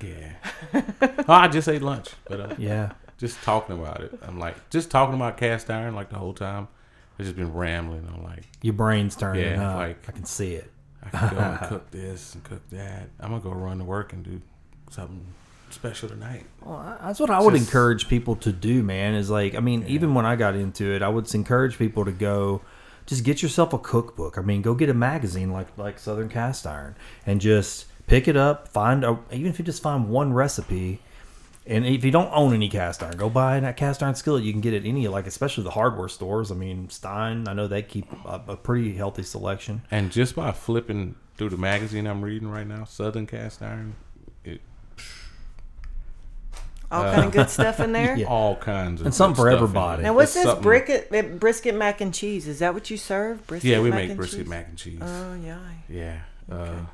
Speaker 5: yeah. oh, I just ate lunch, but uh,
Speaker 2: Yeah,
Speaker 5: just talking about it, I'm like just talking about cast iron like the whole time. I've just been rambling. I'm like,
Speaker 2: your brain's turning.
Speaker 5: Yeah,
Speaker 2: huh?
Speaker 5: like-
Speaker 2: I can see it.
Speaker 5: I can go and cook this and cook that. I'm gonna go run to work and do something special tonight.
Speaker 2: Well, that's what I would
Speaker 5: Just-
Speaker 2: encourage people to do, man. Is like, I mean, even when I got into it, I would encourage people to go, just get yourself a cookbook. I mean, go get a magazine like like Southern Cast Iron and just pick it up. Find a, even if you just find one recipe, and if you don't own any cast iron, go buy that cast iron skillet. You can get it any like, especially the hardware stores. I mean, Stein, I know they keep a, a pretty healthy selection.
Speaker 5: And just by flipping through the magazine I'm reading right now, Southern Cast Iron, it,
Speaker 3: All
Speaker 5: Uh,
Speaker 3: kind of good stuff in there.
Speaker 2: Yeah.
Speaker 5: all kinds of
Speaker 2: And something
Speaker 5: good
Speaker 2: for
Speaker 5: stuff in
Speaker 2: everybody.
Speaker 5: it.
Speaker 3: Now, what's this
Speaker 5: It's something-
Speaker 3: brisket, eh, brisket mac and cheese? Is that what you serve? Brisket
Speaker 5: Yeah, we
Speaker 3: mac
Speaker 5: make
Speaker 3: and
Speaker 5: brisket
Speaker 3: cheese?
Speaker 5: mac and cheese.
Speaker 3: Oh yeah.
Speaker 5: Yeah. Uh,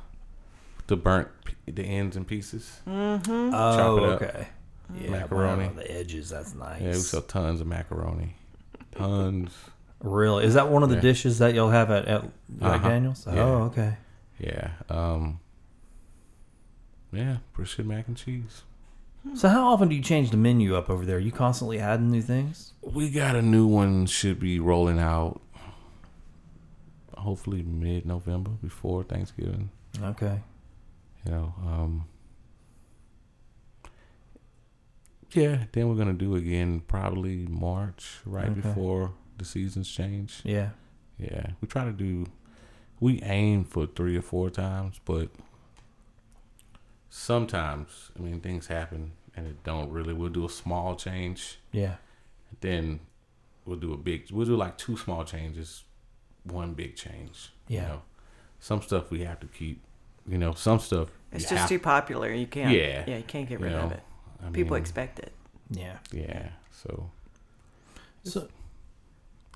Speaker 5: the burnt, p- the ends and pieces.
Speaker 2: Oh,
Speaker 5: it up.
Speaker 2: okay. Yeah,
Speaker 5: Macaroni.
Speaker 2: wow, the edges. That's nice.
Speaker 5: Yeah, we sell tons of macaroni. Tons.
Speaker 2: Really? Is that one of the dishes that you'll have at, at Jack
Speaker 5: Uh-huh.
Speaker 2: Daniels?
Speaker 5: Yeah.
Speaker 2: Oh, okay.
Speaker 5: Yeah. Um, yeah, brisket mac and cheese.
Speaker 2: So how often do you change the menu up over there? Are you constantly adding new things?
Speaker 5: We got a new one should be rolling out hopefully mid November before Thanksgiving.
Speaker 2: Okay.
Speaker 5: You know, um Yeah, then we're gonna do again probably March, right
Speaker 2: Okay.
Speaker 5: before the seasons change.
Speaker 2: Yeah.
Speaker 5: Yeah. We try to do we aim for three or four times, but sometimes I mean things happen and it don't really. We'll do a small change,
Speaker 2: Yeah.
Speaker 5: then we'll do a big. We'll do like two small changes, one big change.
Speaker 2: Yeah.
Speaker 5: You know, some stuff we have to keep. You know, some stuff
Speaker 3: It's
Speaker 5: you
Speaker 3: just
Speaker 5: have-
Speaker 3: too popular. You can't.
Speaker 5: Yeah.
Speaker 3: Yeah, you can't get
Speaker 5: you
Speaker 3: rid of
Speaker 5: know,
Speaker 3: it.
Speaker 5: I
Speaker 3: People
Speaker 5: mean,
Speaker 3: expect it.
Speaker 2: Yeah.
Speaker 5: Yeah, so
Speaker 2: So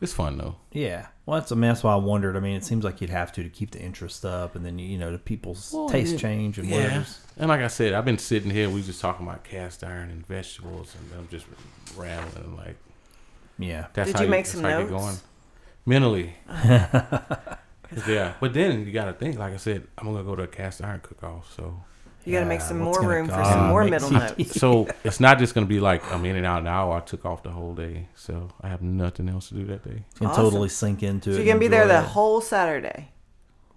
Speaker 5: it's fun though.
Speaker 2: yeah. Well, that's, I mean, that's why I wondered. I mean, it seems like you'd have to to keep the interest up, and then you know, the people's taste change and whatever.
Speaker 5: And like I said, I've been sitting here. We just talking about cast iron and vegetables, and I'm just rambling. Like
Speaker 2: Yeah.
Speaker 5: that's
Speaker 3: Did
Speaker 5: how
Speaker 3: you make some
Speaker 5: that's how you
Speaker 3: notes?
Speaker 5: mentally. yeah, but then you got to think. Like I said, I'm gonna go to a cast iron cook-off. So,
Speaker 3: You got to make
Speaker 2: Yeah,
Speaker 3: some
Speaker 2: what's
Speaker 3: more
Speaker 2: gonna
Speaker 3: room for
Speaker 2: cost?
Speaker 3: some more
Speaker 2: Make
Speaker 3: middle
Speaker 2: some-
Speaker 3: notes.
Speaker 5: so it's not just gonna be like I'm in and out now. I took off the whole day, so I have nothing else to do that day.
Speaker 2: And
Speaker 3: Awesome.
Speaker 2: totally sink into it.
Speaker 3: So
Speaker 2: and
Speaker 3: you're gonna be there
Speaker 2: enjoy
Speaker 3: the
Speaker 2: it.
Speaker 3: whole Saturday,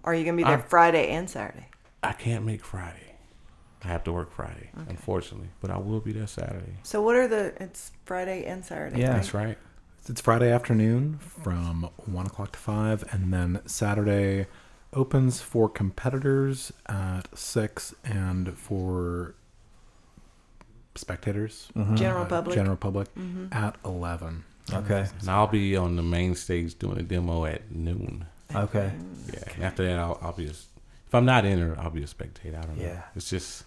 Speaker 3: or are you gonna be there
Speaker 5: I'm-
Speaker 3: Friday and Saturday?
Speaker 5: I can't make Friday. I have to work Friday, unfortunately, but I will be there Saturday.
Speaker 3: So what are the? It's Friday and Saturday.
Speaker 2: Yeah.
Speaker 5: That's right.
Speaker 6: It's Friday afternoon from one o'clock to five, and then Saturday opens for competitors at six, and for spectators,
Speaker 5: uh-huh.
Speaker 3: General
Speaker 6: uh,
Speaker 3: public. Mm-hmm.
Speaker 6: general public at eleven.
Speaker 2: Okay.
Speaker 5: And I'll be on the main stage doing a demo at noon.
Speaker 2: Okay.
Speaker 5: Yeah. and After that, I'll, I'll be a, if I'm not in it, I'll be a spectator. I don't know.
Speaker 2: Yeah.
Speaker 5: It's just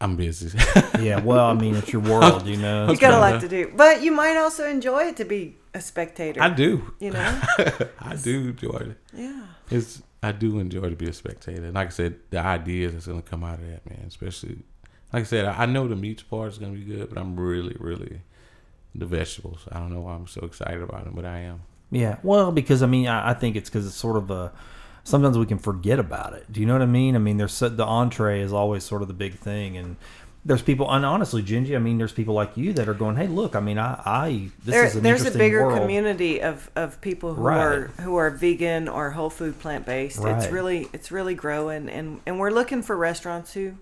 Speaker 5: I'm busy.
Speaker 2: Yeah. Well, I mean, it's your world, you know.
Speaker 3: You got a
Speaker 5: kinda-
Speaker 3: lot to do, but you might also enjoy it to be a spectator.
Speaker 5: I do.
Speaker 3: You know.
Speaker 5: I do enjoy it.
Speaker 3: yeah.
Speaker 5: It's I do enjoy to be a spectator. And like I said, the ideas that's gonna come out of that, man. Especially like I said, I, I know the meats part is gonna be good, but I'm really, really the vegetables. I don't know why I'm so excited about them, but I am.
Speaker 2: Yeah, well, because I mean, I, I think it's because it's sort of a. Sometimes we can forget about it. Do you know what I mean? I mean, there's so- the entree is always sort of the big thing, and there's people. And honestly, Gingy, I mean, there's people like you that are going, "Hey, look, I mean, I, I this
Speaker 3: There,
Speaker 2: is an
Speaker 3: there's a
Speaker 2: interesting
Speaker 3: bigger
Speaker 2: world."
Speaker 3: community of, of people who
Speaker 2: Right.
Speaker 3: are who are vegan or whole food plant based. It's
Speaker 2: Right.
Speaker 3: really it's really growing, and, and we're looking for restaurants who who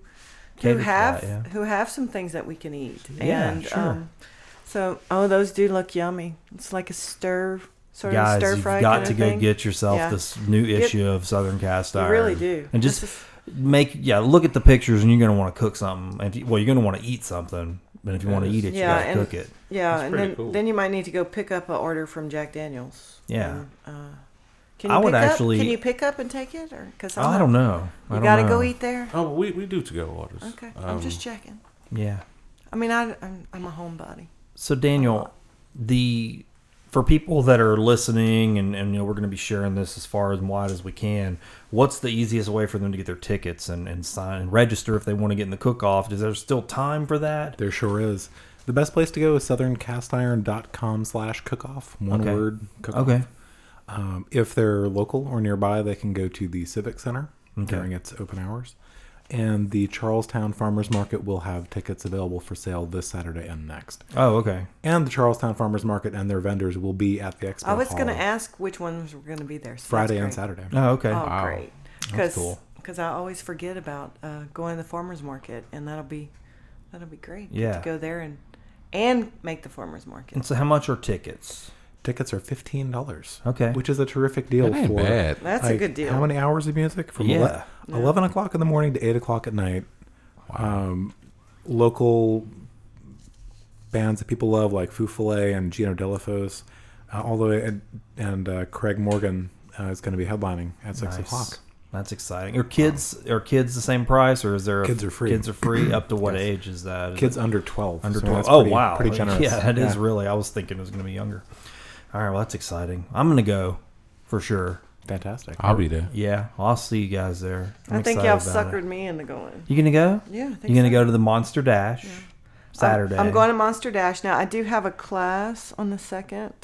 Speaker 2: Cater to
Speaker 3: have
Speaker 2: that, yeah.
Speaker 3: who have some things that we can eat.
Speaker 2: Yeah,
Speaker 3: and
Speaker 2: sure.
Speaker 3: um, so oh, those do look yummy. It's like a stir sort
Speaker 2: Guys,
Speaker 3: of stir
Speaker 2: you've
Speaker 3: fry.
Speaker 2: got
Speaker 3: kind
Speaker 2: to
Speaker 3: of
Speaker 2: go
Speaker 3: thing.
Speaker 2: get yourself
Speaker 3: Yeah.
Speaker 2: this new
Speaker 3: Get-
Speaker 2: issue of Southern Cast Iron.
Speaker 3: You really do.
Speaker 2: and
Speaker 3: This
Speaker 2: just
Speaker 3: is-
Speaker 2: make yeah. Look at the pictures, and you're going to want to cook something. And if you, well, you're going to want to eat something, and if you want to
Speaker 5: Yes.
Speaker 2: eat it,
Speaker 3: Yeah,
Speaker 2: you got
Speaker 3: and-
Speaker 2: to cook it.
Speaker 3: yeah,
Speaker 5: That's
Speaker 3: and
Speaker 5: pretty
Speaker 3: then
Speaker 5: cool.
Speaker 3: then you might need to go pick up an order from Jack Daniels.
Speaker 2: Yeah.
Speaker 3: And, uh, can you
Speaker 2: I would
Speaker 3: pick
Speaker 2: actually-
Speaker 3: Up? Can you pick up and take it, or because
Speaker 2: I don't know. I
Speaker 3: You
Speaker 2: don't
Speaker 3: gotta go
Speaker 2: know.
Speaker 3: eat there.
Speaker 5: Oh, we we do to go Um, orders.
Speaker 3: Okay, I'm just
Speaker 2: Um,
Speaker 3: checking.
Speaker 2: Yeah.
Speaker 3: I mean, I, I'm, I'm a homebody.
Speaker 2: So Daniel, the for people that are listening and, and you know we're going to be sharing this as far and wide as we can, what's the easiest way for them to get their tickets and, and sign and register if they want to get in the cook off? Is there still time for that?
Speaker 6: There sure is. The best place to go is southerncast.iron.com slash cookoff. One
Speaker 2: Okay.
Speaker 6: word, cook
Speaker 2: Okay.
Speaker 6: Um, if they're local or nearby, they can go to the Civic Center during its open hours. And the Charlestown Farmers Market will have tickets available for sale this Saturday and next.
Speaker 2: Oh, okay.
Speaker 6: And the Charlestown Farmers Market and their vendors will be at the expo.
Speaker 3: I was going to
Speaker 6: hall
Speaker 3: ask which ones were going to be there. so that's
Speaker 6: Friday and
Speaker 3: great.
Speaker 6: Saturday.
Speaker 2: Oh, okay.
Speaker 3: Oh, great. Because
Speaker 2: cool.
Speaker 3: I always forget about uh, going to the farmers market, and that'll be that'll be great. Get
Speaker 2: Yeah.
Speaker 3: to go there and and make the farmers market.
Speaker 2: And so, how much are tickets?
Speaker 6: Tickets are fifteen dollars.
Speaker 2: Okay.
Speaker 6: which is a terrific deal
Speaker 5: That ain't
Speaker 6: for
Speaker 5: bad.
Speaker 3: That's a
Speaker 6: like,
Speaker 3: good deal.
Speaker 6: How many hours of music from
Speaker 2: Yeah.
Speaker 6: ele- eleven o'clock in the morning to eight o'clock at night? Um, local bands that people love, like Foo Fighters and Gino Delafos, uh, all the way and, and uh, Craig Morgan uh, is going to be headlining at six
Speaker 2: Nice.
Speaker 6: o'clock.
Speaker 2: That's exciting. Are kids are kids the same price, or is there a,
Speaker 6: Kids are free.
Speaker 2: Kids are free. Up to what age is that? Is
Speaker 6: Kids
Speaker 2: it-
Speaker 6: under twelve.
Speaker 2: Under
Speaker 6: so
Speaker 2: 12.
Speaker 6: that's
Speaker 2: oh,
Speaker 6: pretty-
Speaker 2: wow.
Speaker 6: pretty generous.
Speaker 2: Yeah, that is really. I was thinking it was going to be younger. All right, well, that's exciting. I'm going to go for sure.
Speaker 6: fantastic.
Speaker 5: I'll be there.
Speaker 2: Yeah, I'll see you guys there. I'm
Speaker 3: I think
Speaker 2: excited
Speaker 3: y'all
Speaker 2: about it.
Speaker 3: suckered me into going.
Speaker 2: You going to go?
Speaker 3: Yeah, I think
Speaker 2: You going to
Speaker 3: so.
Speaker 2: go to the Monster Dash Saturday?
Speaker 3: I'm going to Monster Dash now. I do have a class on the second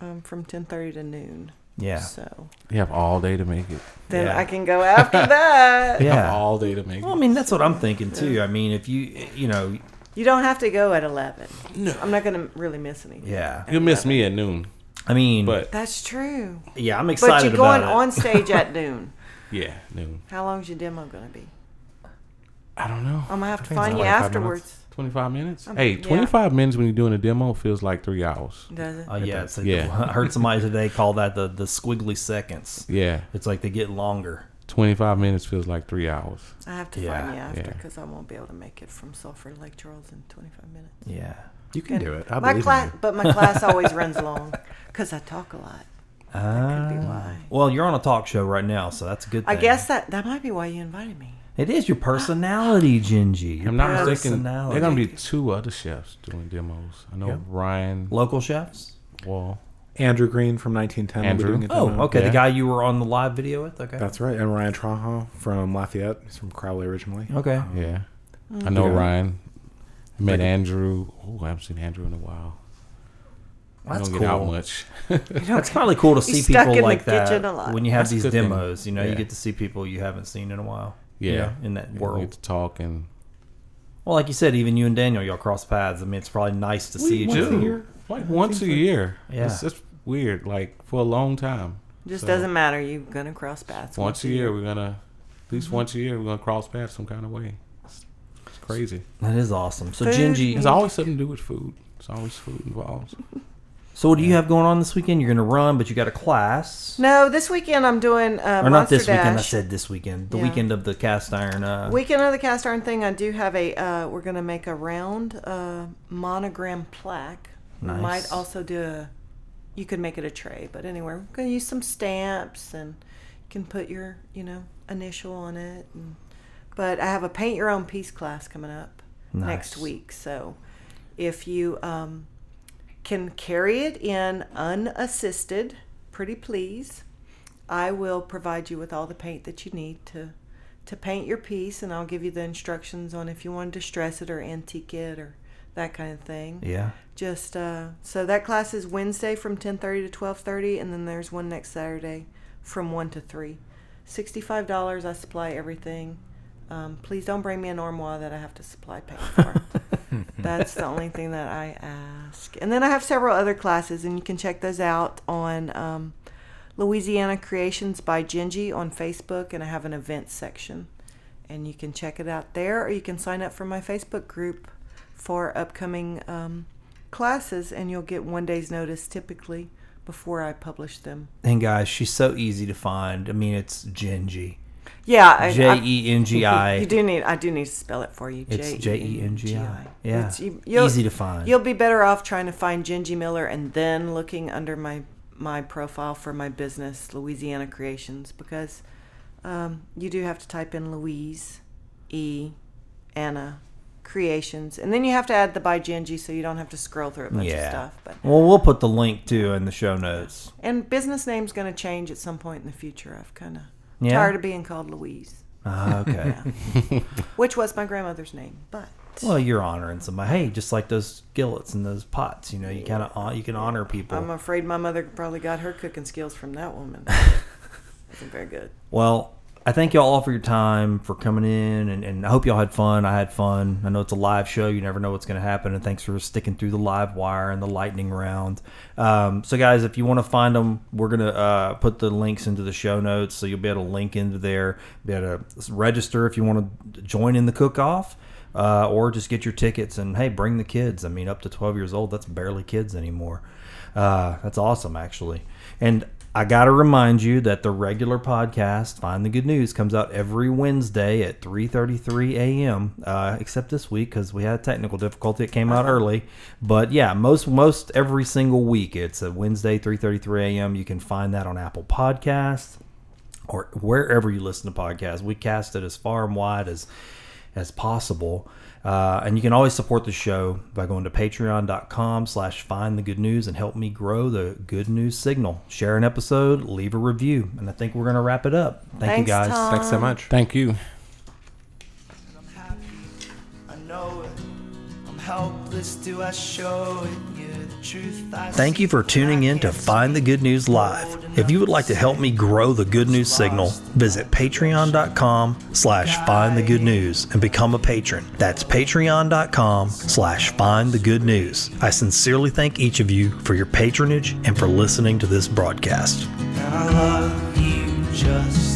Speaker 3: um, from 10:30 to noon.
Speaker 2: Yeah.
Speaker 3: So
Speaker 5: You have all day to make it.
Speaker 3: then
Speaker 2: Yeah.
Speaker 3: I can go after that.
Speaker 5: You have
Speaker 2: Yeah.
Speaker 5: all day to make
Speaker 2: Well, I
Speaker 5: it.
Speaker 2: mean, that's what I'm thinking too. I mean, if you, you know,
Speaker 3: You don't have to go at 11. No. I'm not going to really miss anything.
Speaker 2: yeah.
Speaker 5: You'll miss me at noon,
Speaker 2: I mean,
Speaker 5: but
Speaker 3: That's true.
Speaker 2: yeah, I'm
Speaker 3: But
Speaker 2: excited
Speaker 3: you're going
Speaker 2: about it.
Speaker 3: on stage at noon.
Speaker 5: yeah, noon.
Speaker 3: How long's your demo going to be?
Speaker 5: I don't know.
Speaker 3: I'm going to have to
Speaker 6: think it's
Speaker 3: find you
Speaker 6: 25
Speaker 3: afterwards.
Speaker 5: 25 minutes? hey,
Speaker 3: Um, yeah.
Speaker 5: 25 minutes when you're doing a demo feels like three hours.
Speaker 3: Does it?
Speaker 2: Oh yeah, it's like
Speaker 5: Yeah.
Speaker 2: I heard somebody today call that the the squiggly seconds.
Speaker 5: Yeah.
Speaker 2: It's like they get longer.
Speaker 5: Twenty five minutes feels like three hours.
Speaker 3: I have to
Speaker 2: Yeah,
Speaker 3: find you after
Speaker 5: yeah.
Speaker 3: because I won't be able to make it from Sulphur to Lake Charles in 25 minutes.
Speaker 2: Yeah.
Speaker 6: You can do it. I
Speaker 3: my
Speaker 6: believe
Speaker 3: class,
Speaker 6: in you.
Speaker 3: but my class always runs long because I talk a lot. That could be why.
Speaker 2: Well, you're on a talk show right now, so that's a good.
Speaker 3: I
Speaker 2: Thing.
Speaker 3: guess that that might be why you invited me.
Speaker 2: it is your personality, Gingy. Your
Speaker 5: I'm not mistaken.
Speaker 2: personality.
Speaker 5: There are gonna be two other chefs doing demos. I know
Speaker 6: Yeah.
Speaker 5: Ryan
Speaker 2: local chefs.
Speaker 5: Wall.
Speaker 6: Andrew Green from 1910. will be
Speaker 5: Andrew.
Speaker 6: doing it
Speaker 2: Oh,
Speaker 6: tomorrow.
Speaker 2: okay.
Speaker 5: yeah.
Speaker 2: The guy you were on the live video with. Okay.
Speaker 6: That's right. And Ryan Traha from Lafayette. He's from Crowley originally.
Speaker 2: okay.
Speaker 5: Yeah, I know
Speaker 6: Yeah.
Speaker 5: Ryan. I met
Speaker 6: Like-
Speaker 5: Andrew. Oh, I haven't seen Andrew in a while. I
Speaker 2: That's
Speaker 5: don't
Speaker 2: cool.
Speaker 5: get out much.
Speaker 2: That's probably cool to see
Speaker 3: He's stuck
Speaker 2: people
Speaker 3: in the
Speaker 2: like
Speaker 3: kitchen a lot.
Speaker 2: that when you have
Speaker 5: That's
Speaker 2: these
Speaker 5: cooking.
Speaker 2: demos. You know, you
Speaker 5: Yeah.
Speaker 2: get to see people you haven't seen in a while.
Speaker 5: Yeah.
Speaker 2: you know, in that
Speaker 5: We
Speaker 2: world.
Speaker 5: get to talk and
Speaker 2: Well, like you said, even you and Daniel, y'all cross paths. I mean, it's probably nice to see each
Speaker 5: Once a
Speaker 2: other.
Speaker 5: year. Like once a year.
Speaker 2: Yeah.
Speaker 5: It's just weird. Like for a long time.
Speaker 3: Just
Speaker 5: So,
Speaker 3: doesn't matter. You're gonna cross paths
Speaker 5: Once a year, Mm-hmm. we're gonna at least once a year we're gonna cross paths some kind of way. It's, it's crazy.
Speaker 2: That is awesome. So,
Speaker 3: Food.
Speaker 2: Gingy,
Speaker 5: It's always something to do with food. It's always food involved.
Speaker 2: so what do you have going on this weekend? You're going to run, but you got a class.
Speaker 3: No, this weekend I'm doing uh,
Speaker 2: or not
Speaker 3: Monster
Speaker 2: this
Speaker 3: Dash.
Speaker 2: weekend. I said this weekend. The
Speaker 3: Yeah.
Speaker 2: weekend of the cast iron. Uh,
Speaker 3: Weekend of the cast iron thing. I do have a. Uh, we're gonna make a round uh, monogram plaque. We
Speaker 2: Nice.
Speaker 3: Might also do a. You could make it a tray, but anyway, we're gonna use some stamps and you can put your you know initial on it. And, but I have a paint your own piece class coming up next
Speaker 2: Nice.
Speaker 3: week, so if you um, can carry it in unassisted, pretty please. I will provide you with all the paint that you need to to paint your piece, and I'll give you the instructions on if you want to distress it or antique it or that kind of thing.
Speaker 2: yeah.
Speaker 3: Just uh, so that class is Wednesday from ten thirty to twelve thirty, and then there's one next Saturday from one to three. Sixty five dollars. I supply everything. Um, please don't bring me an armoire that I have to supply paint for. That's the only thing that I ask. And then I have several other classes, and you can check those out on um, Louisiana Creations by Genji on Facebook, and I have an events section. And you can check it out there, or you can sign up for my Facebook group for upcoming um, classes, and you'll get one day's notice typically before I publish them.
Speaker 2: And guys, she's so easy to find. I mean, it's Gingy.
Speaker 3: Yeah, I- I-
Speaker 2: J E N G I.
Speaker 3: You do need. I do need to spell it for you. E
Speaker 2: It's E J-E-N-G-I. Yeah.
Speaker 3: It's- you- you'll-
Speaker 2: Easy to find.
Speaker 3: You'll be better off trying to find Genji Miller and then looking under my my profile for my business, Louisiana Creations, because um, you do have to type in Louise E. Anna Creations, and then you have to add the by Genji, so you don't have to scroll through a bunch
Speaker 2: Yeah.
Speaker 3: of stuff. But
Speaker 2: Well, we'll put the link too in the show notes.
Speaker 3: and business name's going to change at some point in the future. I've kind of
Speaker 2: Yeah?
Speaker 3: tired of being called Louise,
Speaker 2: Ah, okay.
Speaker 3: which was my grandmother's name, but.
Speaker 2: Well, you're honoring somebody. Hey, just like those skillets and those pots, you know, you kind of you can honor people.
Speaker 3: I'm afraid my mother probably got her cooking skills from that woman. Wasn't very good.
Speaker 2: Well, I thank y'all all for your time, for coming in, and, and I hope y'all had fun. I had fun. I know it's a live show. You never know what's going to happen. And thanks for sticking through the live wire and the lightning round. Um, so, guys, if you want to find them, we're going to uh, put the links into the show notes. So you'll be able to link into there, be able to register if you want to join in the cook off. Uh, or just get your tickets and hey, bring the kids. I mean, up to 12 years old, that's barely kids anymore. Uh, that's awesome, actually. And I got to remind you that the regular podcast, Find the Good News, comes out every Wednesday at 3.33 a.m., uh, except this week because we had a technical difficulty. It came out early. But yeah, most most every single week, it's a Wednesday, 3.33 a.m. You can find that on Apple Podcasts or wherever you listen to podcasts. We cast it as far and wide as as possible. Uh, and you can always support the show by going to patreon.com slash find the good news and help me grow the good news signal. Share an episode, leave a review. And I think we're going to wrap it up. Thank you
Speaker 3: Thanks,
Speaker 2: guys.
Speaker 3: Tom.
Speaker 6: Thanks so much.
Speaker 5: Thank you.
Speaker 4: I know it. I'm helpless, do I show it? You're the truth I
Speaker 2: Thank you for tuning in to Find the Good News Live. If you would like to help me grow the good news signal, visit patreon.com slash find the good news and become a patron. That's patreon.com slash find the good news. I sincerely thank each of you for your patronage and for listening to this broadcast.
Speaker 4: And I love you just